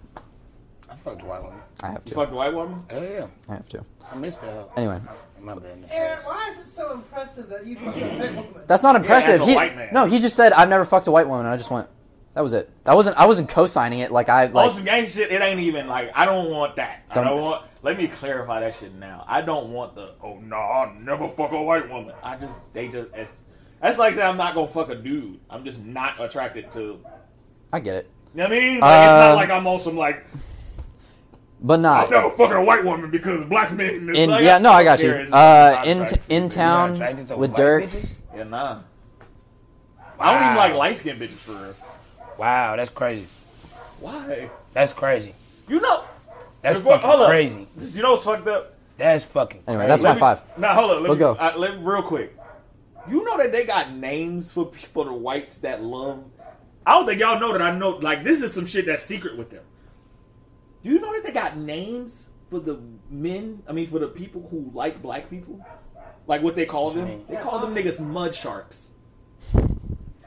I fucked White Woman.
I have
You
to.
fucked a white woman?
Hell yeah.
I have to.
I missed that hoe.
Anyway,
My bad. in the
Aaron,
past.
why is it so impressive that you fucking pick women?
that's not
Yeah,
impressive.
as a
He-
white man.
no, he just said I've never fucked a white woman. And I just went. That was it. That wasn't. I wasn't co-signing it. Like I
Like,
like.
On some gang shit, it ain't even like I don't want that. I
Don't-
don't want. Let me clarify that shit now. I don't want the. Oh no, I never fuck a white woman. I just they just that's, that's like saying I'm not gonna fuck a dude. I'm just not attracted to. You
I get it.
know what I mean? Like, it's
Uh,
not like I'm on some like
But not.
I'm never fucking a white woman because black men. It's
In,
like,
yeah, no, I got you.
There is-
Uh,
I'm
in
attracted to
in
dudes.
You're not
town
attracted to
with
white
Dirk.
bitches?
Yeah, nah. I don't even
Wow.
like light skinned bitches for real.
Wow, that's crazy.
Why?
That's crazy.
You know.
That's
before-
fucking crazy.
This- You know what's fucked up?
That's fucking
Anyway,
crazy.
that's my
Let me-
five.
Now hold on. Let
We'll
me
go.
I- Uh, let me- real quick. You know that they got names for pe- for the whites that love. I don't think y'all know that. I know like this is some shit that's secret with them. Do you know that they got names for the men? I mean, for the people who like black people, like what they call them?
mean?
They call them niggas mud sharks.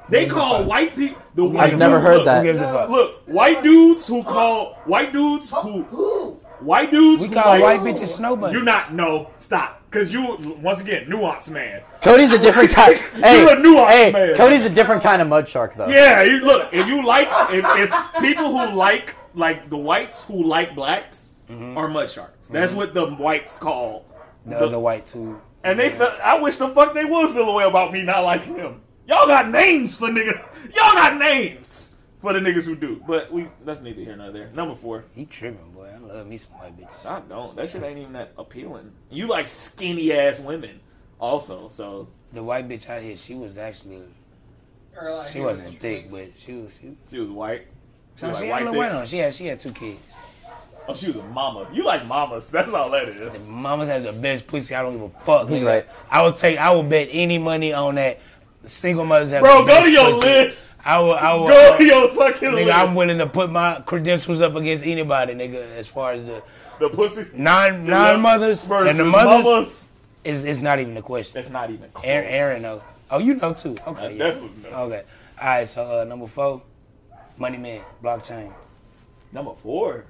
They call white people the white.
I've never
look,
heard
look,
that.
Who gives a fuck?
Look, white dudes who call white dudes who
Who?
white dudes
we
who
call
like-
white bitches snow bunnies.
you're not. No, stop. Because you, once again, nuance man.
Cody's a different kind. hey,
You're a nuanced
hey,
man.
Cody's a different kind of mud shark, though.
Yeah, you, look, if you like, if, if people who like, like the whites who like blacks are mud sharks. That's what the whites call.
Mm-hmm. The other white too.
And they feel, I wish the fuck they would feel a way about me not liking them. Y'all got names for niggas. Y'all got names for the niggas who do. But we, that's neither here nor there. Number four.
He tripping, boy. I love me some white bitches.
I don't. That shit ain't even that appealing. You like skinny ass women also, so.
The white bitch out here, she was actually
Or like
she
it
wasn't
a
thick,
twist.
but she was she.
She was white. She
No,
was
she
like
had
white
a little white
bitch.
on. She had she had two kids.
Oh, she was a mama. You like mamas. That's all that is.
The mamas had the best pussy. I don't give a fuck.
He's
nigga.
right.
I would take. I would bet any money on that. Single mothers have.
Bro, go
the best
to your
pussy.
list.
I will. I will.
Go to your fucking
nigga,
list.
I'm willing to put my credentials up against anybody, nigga. As far as the
the pussy.
non non mothers
versus
and the mothers,
mamas.
is it's not even a question.
That's not even close.
Aaron, Aaron, know. Oh, you know too.
I
Okay. Yeah.
definitely know.
Okay. All right. So uh, number four, money man, blockchain.
Number four.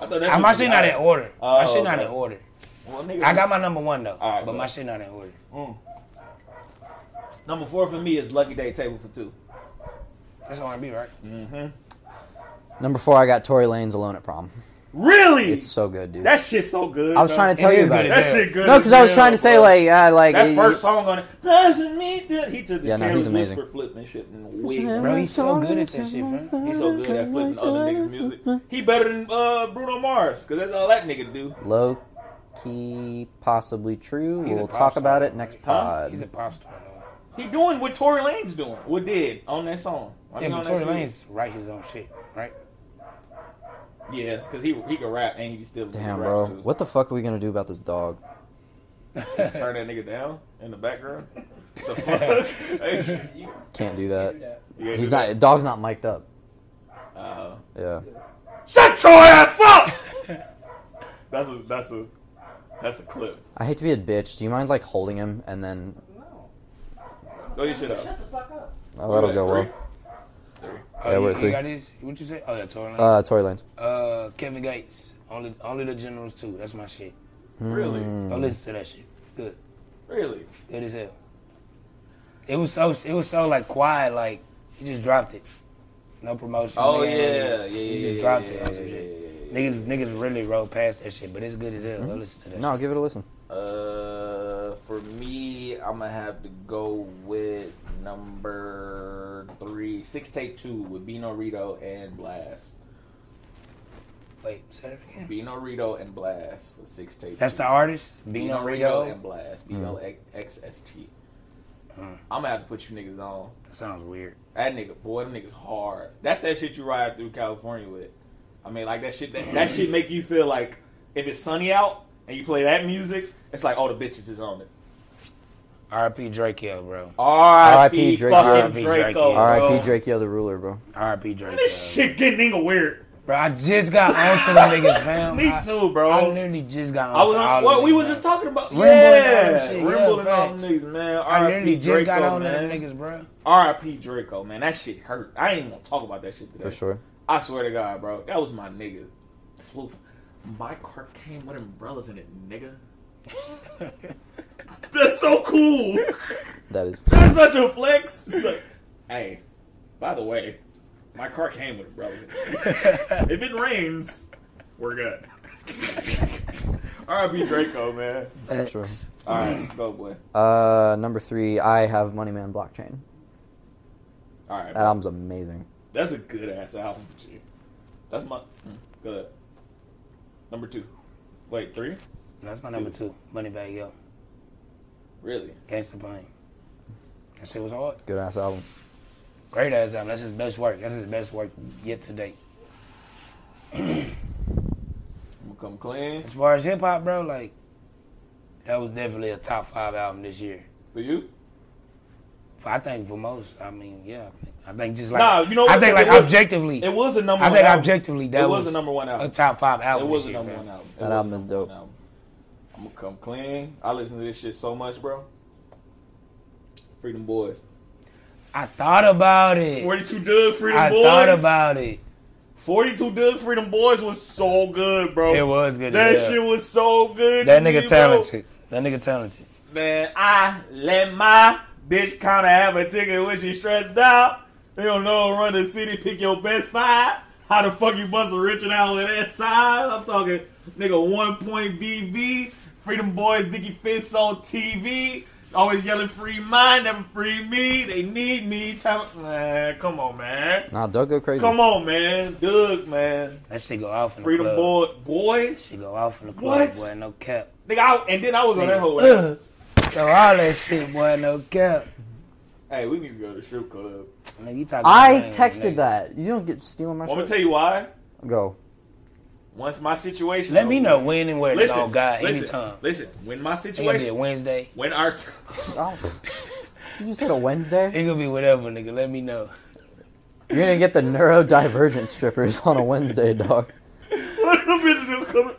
I thought that
I, my shit not in order. my
Oh,
shit not
okay.
in order.
Well, nigga,
I got my number one though,
All right,
but
bro.
my shit not in order.
number four for me is Lucky Day Table for Two.
That's R&B, right?
Number four, I got Tory Lanez alone at prom.
Really?
It's so good, dude.
that shit so good.
I was
though.
trying to
It
tell you
is
about
good
it.
That
Yeah.
shit good.
No, because I
as
was
hell,
trying to say
bro.
like, uh, like
That
it-
first song on it. Doesn't mean that- He took the
Yeah, no, he's
careless
amazing.
whisper flip and shit and wig.
Bro, he's so good at that shit, man.
He's so good at flipping other niggas' music. He better than uh, Bruno Mars, cause that's all that nigga do.
low key, possibly true.
He's a
we'll
pop
talk
star,
about it
right?
next
Huh?
pod.
He's a pop star. though.
He doing what Tory Lane's doing, what did on that song. I
Yeah,
mean,
but
on that
Tory
CD.
Lanez write his own shit, right?
Yeah, cause he he can rap and he still
Damn,
rap
bro.
Too.
What the fuck are we gonna do about this dog?
Turn that nigga down in the background. the fuck? Hey, shit.
You
Can't do
can't do
that.
that.
You gotta
He's
do
not.
that.
Dog's not mic'd up.
Uh,
Yeah.
Shut your ass up. that's a that's a that's a clip.
I hate to be a bitch. Do you mind like holding him and then?
No.
Go your shit up.
Shut the fuck up.
Oh, that'll go well.
Three. Three.
Oh,
Yeah,
you,
we're
you
three.
got his? What you say? Oh yeah, Tory Lanez.
Uh, Tory Lanez.
Uh, Kevin Gates. Only, only the generals too. That's my shit.
Mm.
Really?
Don't listen to that shit. Good,
Really?
good as hell. It was so, it was so like quiet. Like he just dropped it. No promotion.
Oh
nigga,
yeah, yeah, yeah.
He
yeah,
just
yeah,
dropped
yeah,
it
yeah,
on some
yeah, yeah,
shit.
yeah, yeah.
Niggas, niggas really rode past that shit, but it's good as hell. Don't listen to that.
No, I'll give it a listen.
Uh, for me, I'm gonna have to go with number three, six take two with Bino Rito and Blast.
shit. Wait, say that again.
Bino Rito and Blast for six take.
That's
two.
the artist, Bino Rito.
and Blast.
Hmm.
B O X S T.
Uh-huh.
I'm gonna have to put you niggas on.
That sounds weird.
That nigga, boy, them niggas hard. That's that shit you ride through California with. I mean, like that shit. That, that shit make you feel like if it's sunny out and you play that music, it's like all the bitches is on it.
R.I.P. Drakeo, bro.
R.I.P.
R.I.P.
Draco.
Drake-
Fucking
R.I.P.
Draco.
Draco.
R.I.P.
Draco.
Drake, yo, the ruler, bro.
R.I.P. Drakeo.
This shit getting nigga weird.
Bro, I just got onto the niggas, fam.
Me
I-
too, bro.
I
I,
literally just got onto
was on.
all
What
of
we
them,
was
bro.
just talking about?
Rimble and all
yeah,
that shit,
Rimble
yeah,
and all them
facts.
niggas, man.
I
R.I.P.
literally just got
Draco,
on to them
man.
niggas, bro.
R.I.P. Draco, man. That shit hurt. I ain't even gonna talk about that shit today.
For sure.
I swear to God, bro, that was my nigga. Flew. My car came with umbrellas in it, nigga. That's so cool.
That is.
That's such a flex. It's like, hey, by the way, my car came with umbrellas. In it. if it rains, we're good. R.I.P. Draco, man.
Sure.
All right, go boy.
Uh, number three, I have Money Man Blockchain.
All right,
That album's amazing.
that's a good ass album. G. That's my mm, good. Number two. Wait, three?
That's my number two. Money bag, yo.
Really?
Gangsta Plane. That shit was hard.
Good ass album.
Great ass album. That's his best work. That's his best work yet to date.
I'm gonna come clean
As far as hip hop, bro, like that was definitely a top five album this year.
for you.
For, I think for most, I mean, yeah, I think just like
Nah, you know
I
what?
think like
It was-
objectively,
It was a number.
I
one
think
album.
objectively that
it
was,
was, a number one
a
album.
top five album.
it was
this
a
year,
number
man.
one album. It
That
was a
album is
number one
dope.
album. I'm gonna come clean. I listen to this shit so much, bro. Freedom Boys.
I thought about it.
42 Doug Freedom
I
Boys.
thought about it.
42 Doug Freedom Boys was so good, bro.
It was good.
That
yeah.
shit was so good.
That
to me, bro.
nigga talented. That nigga talented.
Man, I let my bitch kinda have a ticket when she stressed out. They don't know how to run the city, pick your best five. How the fuck you bust a Richard Allen that size? I'm talking nigga one point BB, Freedom Boys, Dickie Fist on TV. Always yelling free mine, never free me. They need me. Time, man, come on, man.
Nah, Doug go crazy.
Come on, man. Doug, man.
That shit go off in the
Freedom
club.
Boy, boy.
She go off in the club,
What?
boy. No cap.
Nigga, I, and then I was on that whole.
so all that shit, boy. No cap.
Hey, we need to go to the strip club.
Nigga, you talking
I
about
texted
nigga.
that. You don't get stealing my
I'm gonna
shit.
tell you why.
Go.
Once my situation.
Let me know when and where.
Listen,
oh God,
listen,
anytime.
Listen, when my
It gonna be a
situation,
Wednesday.
when our,
Oh. you just hit a Wednesday.
It gonna be whatever, nigga. Let me know.
You're gonna get the neurodivergent strippers on a Wednesday, dog.
bitches gonna come.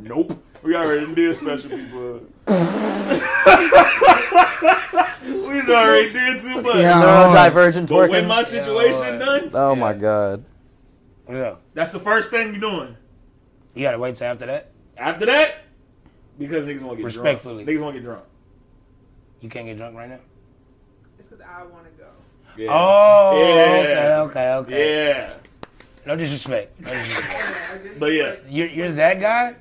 Nope, we already did special people. we done already did too much.
The neurodivergent
But
twerking.
when my situation
Yeah.
done,
oh my god.
What's up?
that's the first thing you're doing.
You gotta wait till after that.
After that, because niggas want to get
Respectfully.
drunk. niggas want to get drunk.
You can't get drunk right now.
It's because I want to go.
Yeah.
Oh, okay,
Yeah.
okay, okay.
yeah.
No disrespect. No disrespect.
I know, I just-
But yeah,
You're, you're that guy?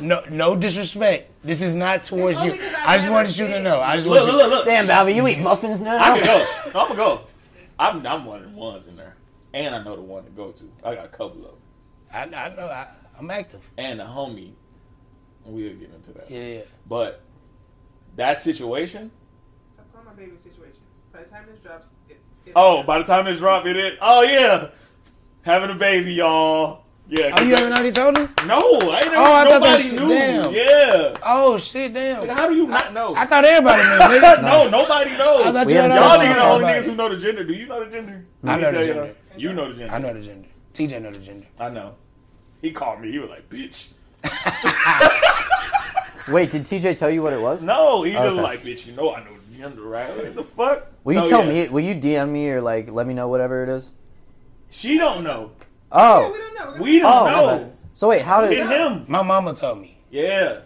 No, no disrespect. This is not towards you.
Only 'cause I
I just wanted you
haven't
to
been.
know. I just
look,
want
look,
you.
look, look.
Damn, Balvin, you eat muffins
I
now?
can go. I'm gonna go. I'm, I'm one of the ones in there, and I know the one to go to. I got a couple of them,
I, I know. I, I'm active.
and a homie. We'll get into that.
Yeah, yeah.
But that situation.
I'm calling my favorite situation. By the time this drops, it, it
Oh, by the time it's dropped, it is. Oh yeah, having a baby, y'all. Yeah. 'cause
Oh, you
that-
haven't already told him?
no, I ain't never,
Oh, I thought that
nobody
shit-
knew.
damn.
Yeah.
Oh, shit,
Like,
damn.
how do you not know?
I thought everybody knew. nigga.
no, nobody knows.
I thought
We
you had
haven't
y'all
told
already
niggas
told
the only
everybody.
niggas who know the gender. Do you know the gender?
I
Let me
know the
tell
gender.
Y'all. You know the gender.
I know the gender. TJ know the gender.
I know. He called me. He was like, "Bitch."
Wait, did TJ tell you what it was?
No, he just
Okay.
like, bitch, you know I know the gender, right? What the fuck?
Will you
So,
tell
yeah,
me? Will you DM me or like let me know whatever it is?
She don't know.
Yeah,
Oh,
we don't know. We're
We
oh.
don't
my
know.
bad. So wait, how
Hit
did
him.
My mama told me.
Yeah.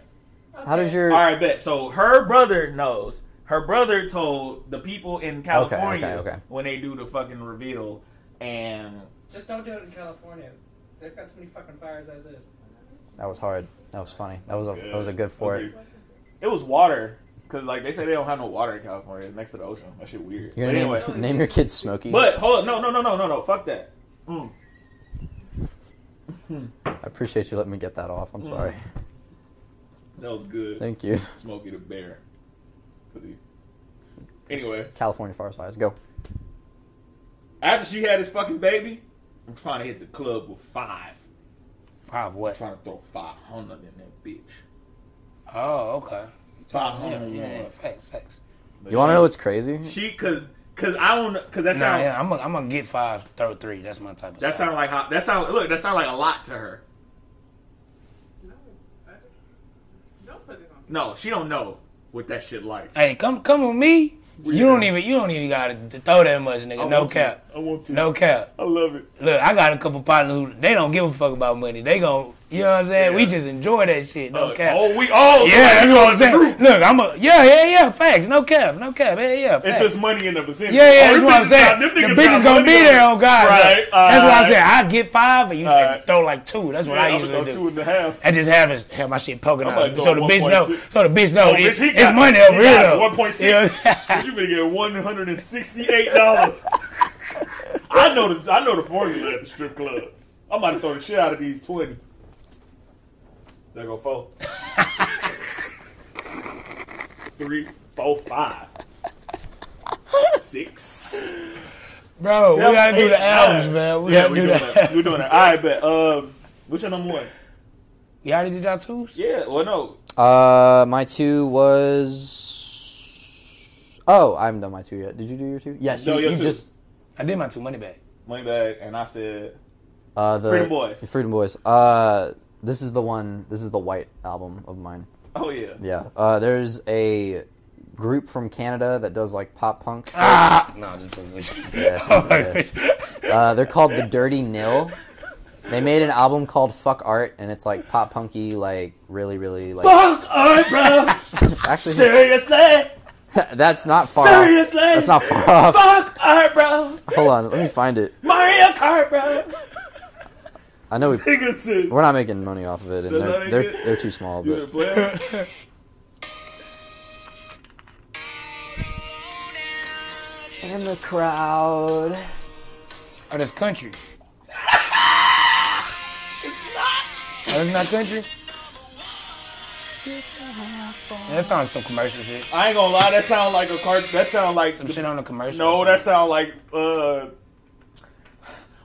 how does your
All right, bet. So her brother knows. Her brother told the people in California
okay, okay.
when they do the fucking reveal, and
Just don't do it in California. They've got too many fucking fires as is.
that was hard. That was funny. That was a that was a good for it.
It was water because like they say they don't have no water in California. It's next to the ocean. That shit weird.
You're
But
gonna
anyway,
name, name your kid Smokey.
but hold up, no, no, no, no, no, no. Fuck that. Mm.
I appreciate you letting me get that off. I'm
Mm.
sorry.
That was good.
Thank you.
Smokey the Bear. 'Cause he- Anyway.
California forest fires. Go.
After she had his fucking baby, I'm trying to hit the club with five.
Five
I'm
what?
trying to throw 500 in that bitch.
Oh, okay. Yeah,
500.
yeah, yeah. Facts, facts.
But
You want
she-
to know what's crazy?
She, cause, cause I don't, cause that
Nah,
sound,
yeah, I'm gonna I'm gonna get five, throw three. That's my type of
that
style.
sound like how, that sound, look, that sound like a lot to her.
No, I don't- don't put this on.
No, she don't know what that shit like.
Hey, come come with me.
Yeah.
You don't even you don't even gotta th- throw that much,
I
nigga. No
want to.
cap.
I want to.
No cap.
I love it.
Look, I got a couple partners who they don't give a fuck about money. They gon' you know what I'm saying? We
Yeah.
just enjoy that shit. No
Uh,
cap.
Oh, we all.
yeah, you know what I'm saying.
Group.
Look, I'm a yeah, yeah, yeah. Facts. No cap. No cap. Yeah, yeah.
It's
Facts.
just money in the vicinity.
yeah, yeah,
Oh,
that's
them
what I'm
niggas
saying.
got- them
the
niggas
bitch
got
is gonna
money
be
on-
there, oh God.
Right. uh,
That's what I'm
alright.
saying. I get five, and you
Alright.
throw like two. That's what
Yeah,
I
I'm gonna
usually
go
do.
two and a half.
I just have his, have my shit poking
I'm
out.
like, no,
So the bitch know.
1.6.
So the bitch know.
Oh,
it-
bitch, he
it's
got-
money
he
over here.
got
though.
1.6.
Yeah.
you better get one hundred and sixty-eight dollars. I know the I know the formula at the strip club. I'm about to throw the shit out of these twenty. There go four, three, four, five, six.
Bro, we
Seven,
gotta do
eight,
the albums,
nine.
man. We
yeah,
gotta
we
do
doing
that.
that. We're doing that. All right, but um, what's your number one?
You already did y'all twos?
Yeah, well, no,
Uh, my two was. Oh, I haven't done my two yet. Did you do your two? Yes.
No,
you,
your
you
two.
just
I did my two money back.
money bag, and I said
uh the
Freedom Boys.
the Freedom Boys. Uh, this is the one. This is the white album of mine.
Oh yeah.
Yeah. Uh, there's a group from Canada that does like pop punk.
Ah! No, just playing with you.
Yeah,
Oh, my
yeah. Uh, they're called the Dirty Nil. They made an album called Fuck Art, and it's like pop punky, like really, really like.
Fuck art, bro.
Actually,
Seriously?
that's not far. Off.
Seriously?
That's not far off.
Fuck art, bro.
Hold on, let me find it.
Mario Kart, bro.
I know we,
Nigga said.
we're not making money off of it, and
That's how
they're
they
they're,
get-
they're too small.
You the
But
player?
and the crowd.
Oh, that's country. it's not. Oh, it's not country? Yeah, that sounds some commercial shit.
I ain't gonna lie, that sound like a cart. That sound like
Some shit on the commercial.
no, that sound like uh.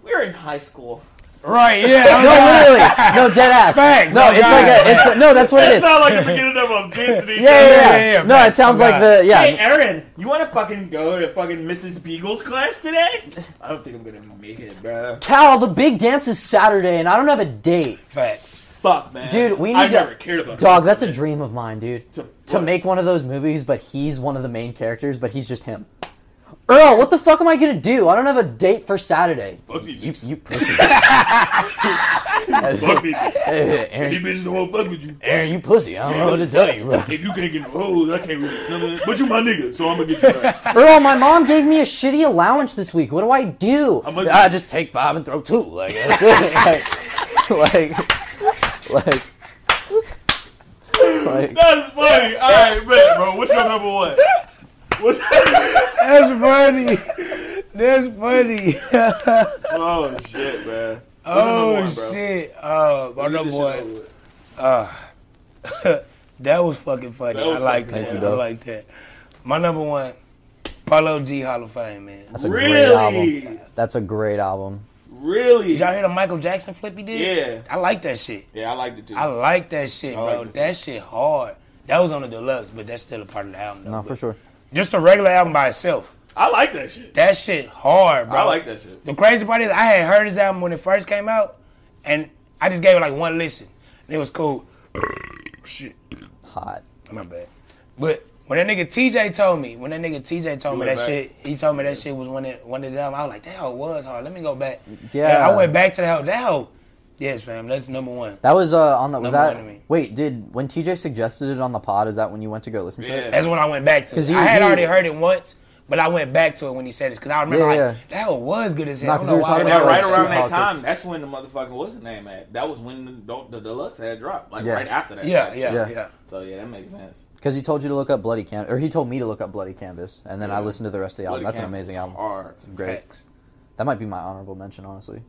We were in high school.
Right, yeah. I'm
No,
not-
literally, no dead ass.
Facts,
No,
oh
it's like
God.
a, it's no, that's what it
That
is.
sound like the beginning of a Disney.
Yeah, yeah,
yeah,
yeah.
yeah, yeah,
No, it
facts,
sounds
oh
like
God.
the yeah.
Hey, Aaron, you want to fucking go to fucking Mrs. Beagle's class today? I don't think I'm gonna make it, bro.
Cal, the big dance is Saturday, and I don't have a date.
Facts.
Fuck, man.
Dude, we need
I
to-
never cared about
Dog, that's a dream of mine, dude.
To,
To make one of those movies, but he's one of the main characters, but he's just him. Earl, what the fuck am I gonna do? I don't have a date for Saturday.
Fuck you,
You,
bitch.
you pussy.
Fuck me.
Hey,
Any
Aaron,
bitches don't want to fuck with you.
Aaron, you pussy. I don't know what to tell you, bro.
If you can't get no hoes, I can't really. no, no, no. But you my nigga, so I'm gonna get you right.
Earl, my mom gave me a shitty allowance this week. What do I do?
much-
I just take five and throw two. Like that's it. like, like, like, like.
That's funny. All right, man, bro. What's your number one? What's
That's funny. That's funny.
Oh shit, man.
oh,
one, bro?
shit. Uh, my
Read
number
this shit
one.
over with.
That was fucking funny.
That was
I like
fucking
funny.
that.
Thank you,
I
dog.
like that. My number one, Paulo G Hall of Fame, man.
That's a great
Really?
album. That's a great album.
Really?
Did y'all hear the Michael Jackson flip he did?
Yeah.
I like that shit.
Yeah, I liked it too.
I like that shit,
I
bro.
like it.
that shit hard. That was on the deluxe, but that's still a part of the album. Though,
No, for
But
sure.
Just a regular album by itself.
I like that shit.
That shit hard, bro.
I like that shit.
The crazy part is, I had heard his album when it first came out, and I just gave it like one listen, and it was cool. shit.
Hot.
My bad. But when that nigga TJ told me, when that nigga TJ told me
went
that
back?
shit, he told me that shit was one of one of them. I was like, that hoe was hard. Let me go back.
Yeah.
And I went back to the hoe. That hoe. Yes, fam. That's number one.
That was uh, on the was
Number
that
one to me.
wait did when TJ suggested it on the pod is that when you went to go listen to it?
Yeah.
That's when I went back to.
'Cause
It.
you-
I had
you-
already heard it once, but I went back to it when he said this because I remember
Yeah,
like
yeah.
that hoe was good as hell.
Nah,
I don't
'cause we
know
were
why.
talking
that
Yeah,
about,
hoe-
right
like,
around
street
that
politics.
time, that's when the motherfucking what's his name at? That was when the, the deluxe had dropped, like
Yeah.
right after that.
yeah, yeah,
Yeah.
yeah,
So yeah, that makes sense.
Because he told you to look up Bloody Canvas, or he told me to look up Bloody Canvas, and then I
Yeah.
listened to the rest of the album.
Bloody
That's an
Camp
amazing album.
Hard.
Great.
Facts.
That might be my honorable mention, honestly.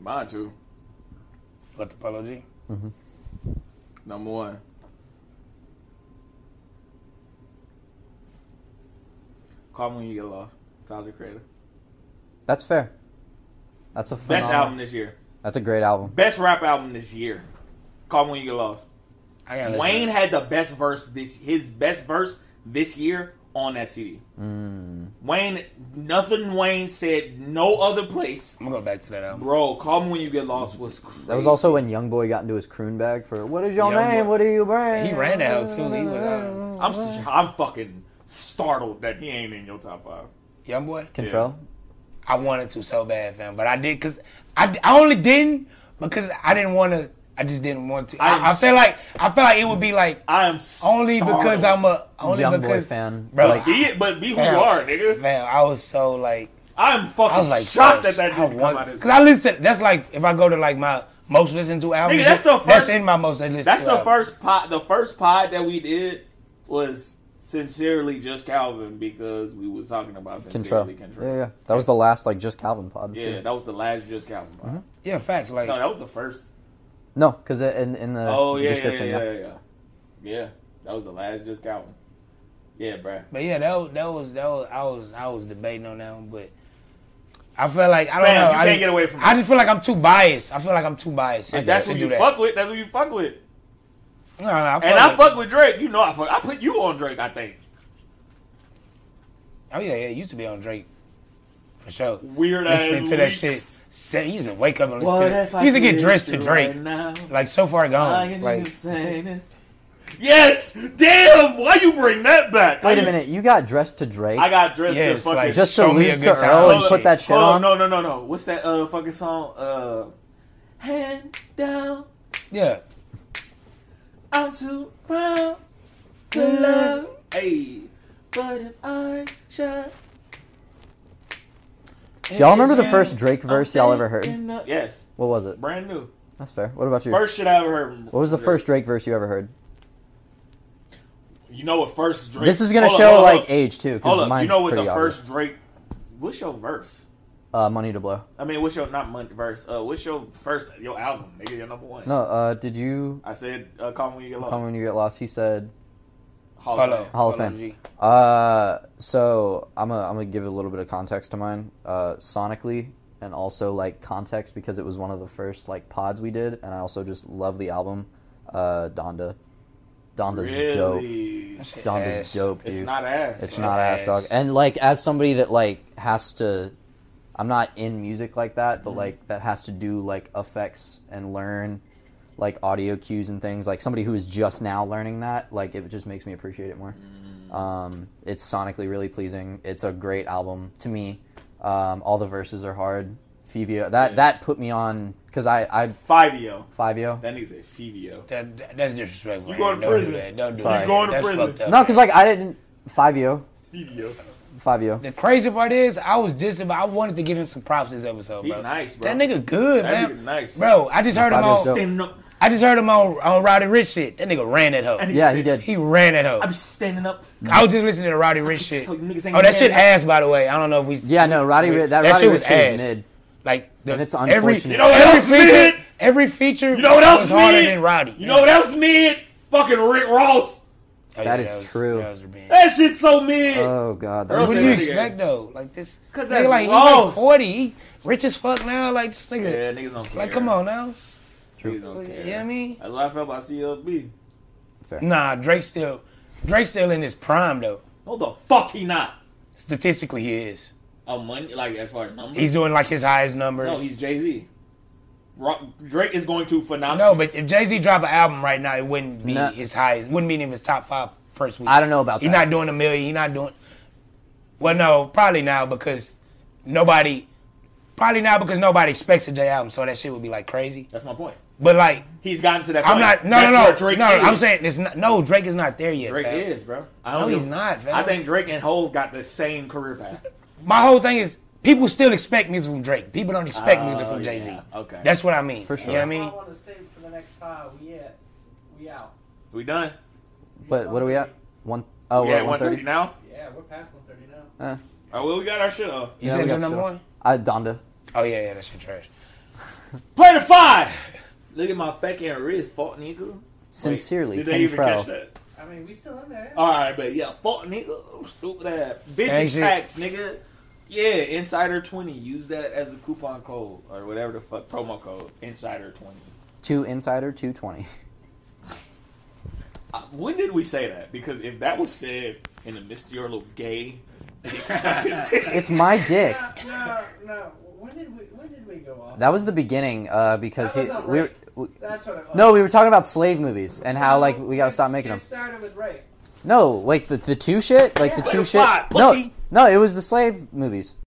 Mine too.
What the Polo G?
Number one. Call me when you get lost. Tyler the Creator.
That's fair. That's a phenomenal.
Best album this year.
That's a great album.
Best rap album this year. Call me when you get lost.
I got
Wayne had the best verse this his best verse this year on that CD.
Mm.
Wayne, nothing Wayne said no other place.
I'm gonna go back to that um, album.
Bro, call me when you get lost was crazy.
That was also when YoungBoy got into his croon bag for what is your
Youngboy.
name? What do you bring?
He ran that hoe too. He was uh,
I'm s- I'm fucking startled that he ain't in your top five.
young boy.
Control.
I wanted to so bad, fam, but I did because I, I only didn't because I didn't want to. I just didn't want to.
I'm
I, I feel like I feel like it would be like
I am
only because I'm a only
Young boy
because
fan.
bro.
Like-
Be it, but be who
Fam.
you are, nigga.
fam, I was so like
I'm
I was
fucking
like
shocked
gosh,
that that
I
didn't come
want
out. Of,
because I listen. That's like if I go to like my most listened to album.
Nigga, that's the first-
in my most listened.
that's
to
the
album.
first pod. The first pod that we did was sincerely just Calvin because we was talking about
Control.
sincerely control.
Yeah, yeah. That was the last like just Calvin pod.
Yeah, that was the last just Calvin pod.
Uh-huh.
Yeah, facts. Like
No, that was the first.
No, because in in the
oh yeah, yeah, yeah,
description,
yeah, yeah, Yeah, that was the last just Calvin. Yeah, bruh.
But yeah, that was, that was that was I was I was debating on that one, but I feel like I don't
Fam,
know.
you
I
can't
just,
get away from
I
it.
just feel like I'm too biased. I feel like I'm too biased.
If that's
to
what
do
you
that.
fuck with, that's what you fuck with.
No, no, I fuck
And I
with-
fuck with Drake. You know I fuck. I put you on Drake. I think
Oh yeah, yeah. it Used to be on Drake for sure.
weird ass.
Listening to that
leaks.
shit. Say, you used to wake up and listen
What
to
if
it.
I
You used to get
kissed
dressed to
you
Drake.
right now?
like so far
I
gone.
am
Like
insane. Yes, damn. Why you bring that back?
Wait a
I-
minute, you got dressed to Drake.
I got dressed
Yeah,
to
it's
fucking.
like-
just to
Show me a
lose
good
to
time.
Earl and
Hold
put
up.
that shit
Hold up.
on.
No, no, no, no. What's that uh fucking song? Uh, hand down.
Yeah.
I'm too proud to love. Hey, but if I shut.
Do y'all remember the first Drake verse y'all ever heard?
Yes,
What was it?
brand new.
That's fair. What about you?
First shit I ever heard. From
what was the first Drake verse you ever heard?
You know what first Drake?
This is gonna
Hold up,
show
hold up,
like age too,
Hold
because
up. You
mine's
know what
pretty
the
obvious.
first Drake? What's your verse?
Uh, Money to blow.
I mean, what's your not month verse? Uh, what's your first your album? Nigga, your number one.
No, uh, did you
I said, uh, call me when you get lost.
come when you get lost? He said,
Hall
Hello.
Fame.
Hall of Fame.
G.
Uh, so I'm gonna, I'm gonna give a little bit of context to mine, uh, sonically and also like context because it was one of the first like pods we did, and I also just love the album, uh, Donda. Donda's dope.
Really?
Donda's
Ass.
dope, dude.
It's not ass.
It's
It's
not ass.
ass.
dog. And like as somebody that like has to I'm not in music like that,
Mm-hmm.
but like that has to do like effects and learn like audio cues and things. Like somebody who is just now learning that, like it just makes me appreciate it more.
Mm.
Um, it's sonically really pleasing. It's a great album to me. Um, all the verses are hard. Fivio, that
Yeah.
that put me on because I I
Fivio.
Fivio.
That nigga's a Fivio.
That, that- that's disrespectful.
You going to
Don't do
prison.
that. Don't do
Sorry.
that.
You
going to
That's
prison.
fucked up.
No, because like I didn't Fivio
Fivio.
Fivio.
The crazy part is, I was just about. I wanted to give him some props this episode,
He
bro.
nice, bro.
That nigga good,
That
man.
nigga nice.
Bro, I just heard him
Fabio's
on.
dope.
Standing up.
I just heard him on on Roddy Rich shit. That nigga ran that hoe.
Yeah, he did.
He ran that hoe.
I be standing up.
I was just listening to Roddy Rich shit.
Tell you niggas ain't
Oh, that
mad
shit
at me.
ass, by the way. I don't know if we.
Yeah, no, Roddy
we-
Ri- that,
that
Roddy
shit
Rich
was
shit is
ass.
mid.
Like the,
And it's
every
unfortunate.
you
You
know
know
what
every
else,
feature,
man?
every feature
You know what else,
was harder
man?
than Roddy.
You know what else mid? Fucking Rick Ross.
Oh, yeah,
That is
was-
true.
that was bad.
That shit's so mid.
Oh god. that
Earl
was-
Say
What do you
that nigga.
expect though? Like this,
'Cause
nigga,
that's
like he
lost.
like forty, he rich as fuck now. Like this
yeah,
nigga,
niggas don't care.
like come on now.
Niggas don't
Like,
care.
You know what I mean?
That's what I felt about CLB.
Nah, Drake still, Drake still in his prime though.
No, the fuck he not.
Statistically, he is.
A money, like as far as numbers.
He's doing like his highest numbers.
no, he's Jay Z. Drake is going to phenomenal.
no, but if Jay Z drop an album right now, it wouldn't be
Nah.
his highest. Wouldn't be in his top five first week.
I don't know about
He's
that.
not doing a million. He's not doing. Well, no, probably now because nobody. Probably now because nobody expects a Jay album, so that shit would be like crazy.
That's my point.
But like,
He's gotten to that.
I'm
point.
not. No,
That's
no,
where
no.
Drake
no,
is.
I'm saying it's not. No, Drake is not there yet.
Drake
fam.
is, bro. I
No,
don't
he's
give-
not, fam.
I think Drake and Hove got the same career path.
my whole thing is people still expect music from Drake. People don't expect
Oh,
music from
yeah.
Jay Z.
Okay.
That's what I mean.
For sure.
You know what I
I
mean?
want to save for the next pod. We at. We out.
we done.
But what are we at? One oh
we
we're
at
at one
130
thirty.
now.
Yeah, we're past 130 now.
Eh.
Oh, well, we got our shit off.
You
Yeah, we
said
got
your number
show.
one?
I Uh, Donda.
Oh yeah, yeah, that shit trash.
Play the five. Look at my fucking wrist, fault nigga.
Sincerely,
Wait,
Wait,
did they even catch that?
I mean, we still in there.
Oh,
All right, but yeah, fuck nigga, stupid ass,
Ain't
bitch
shit.
tax nigga. Yeah, insider twenty. Use that as a coupon code or whatever the fuck promo code. Insider twenty.
Two insider, two twenty.
Uh, when did we say that? Because if that was said in the midst of your little gay, it's
It's my dick.
No, no, no. When did we? When did we go off?
That was the beginning, uh, because
That was
he,
on
we,
rape.
we
That's what it was.
no, we were talking about slave movies and how like we gotta stop
It-
making
it
them.
started with rape.
No, like the the two shit, like the
Yeah.
two
Little
shit.
fly,
No,
pussy.
no, it was the slave movies.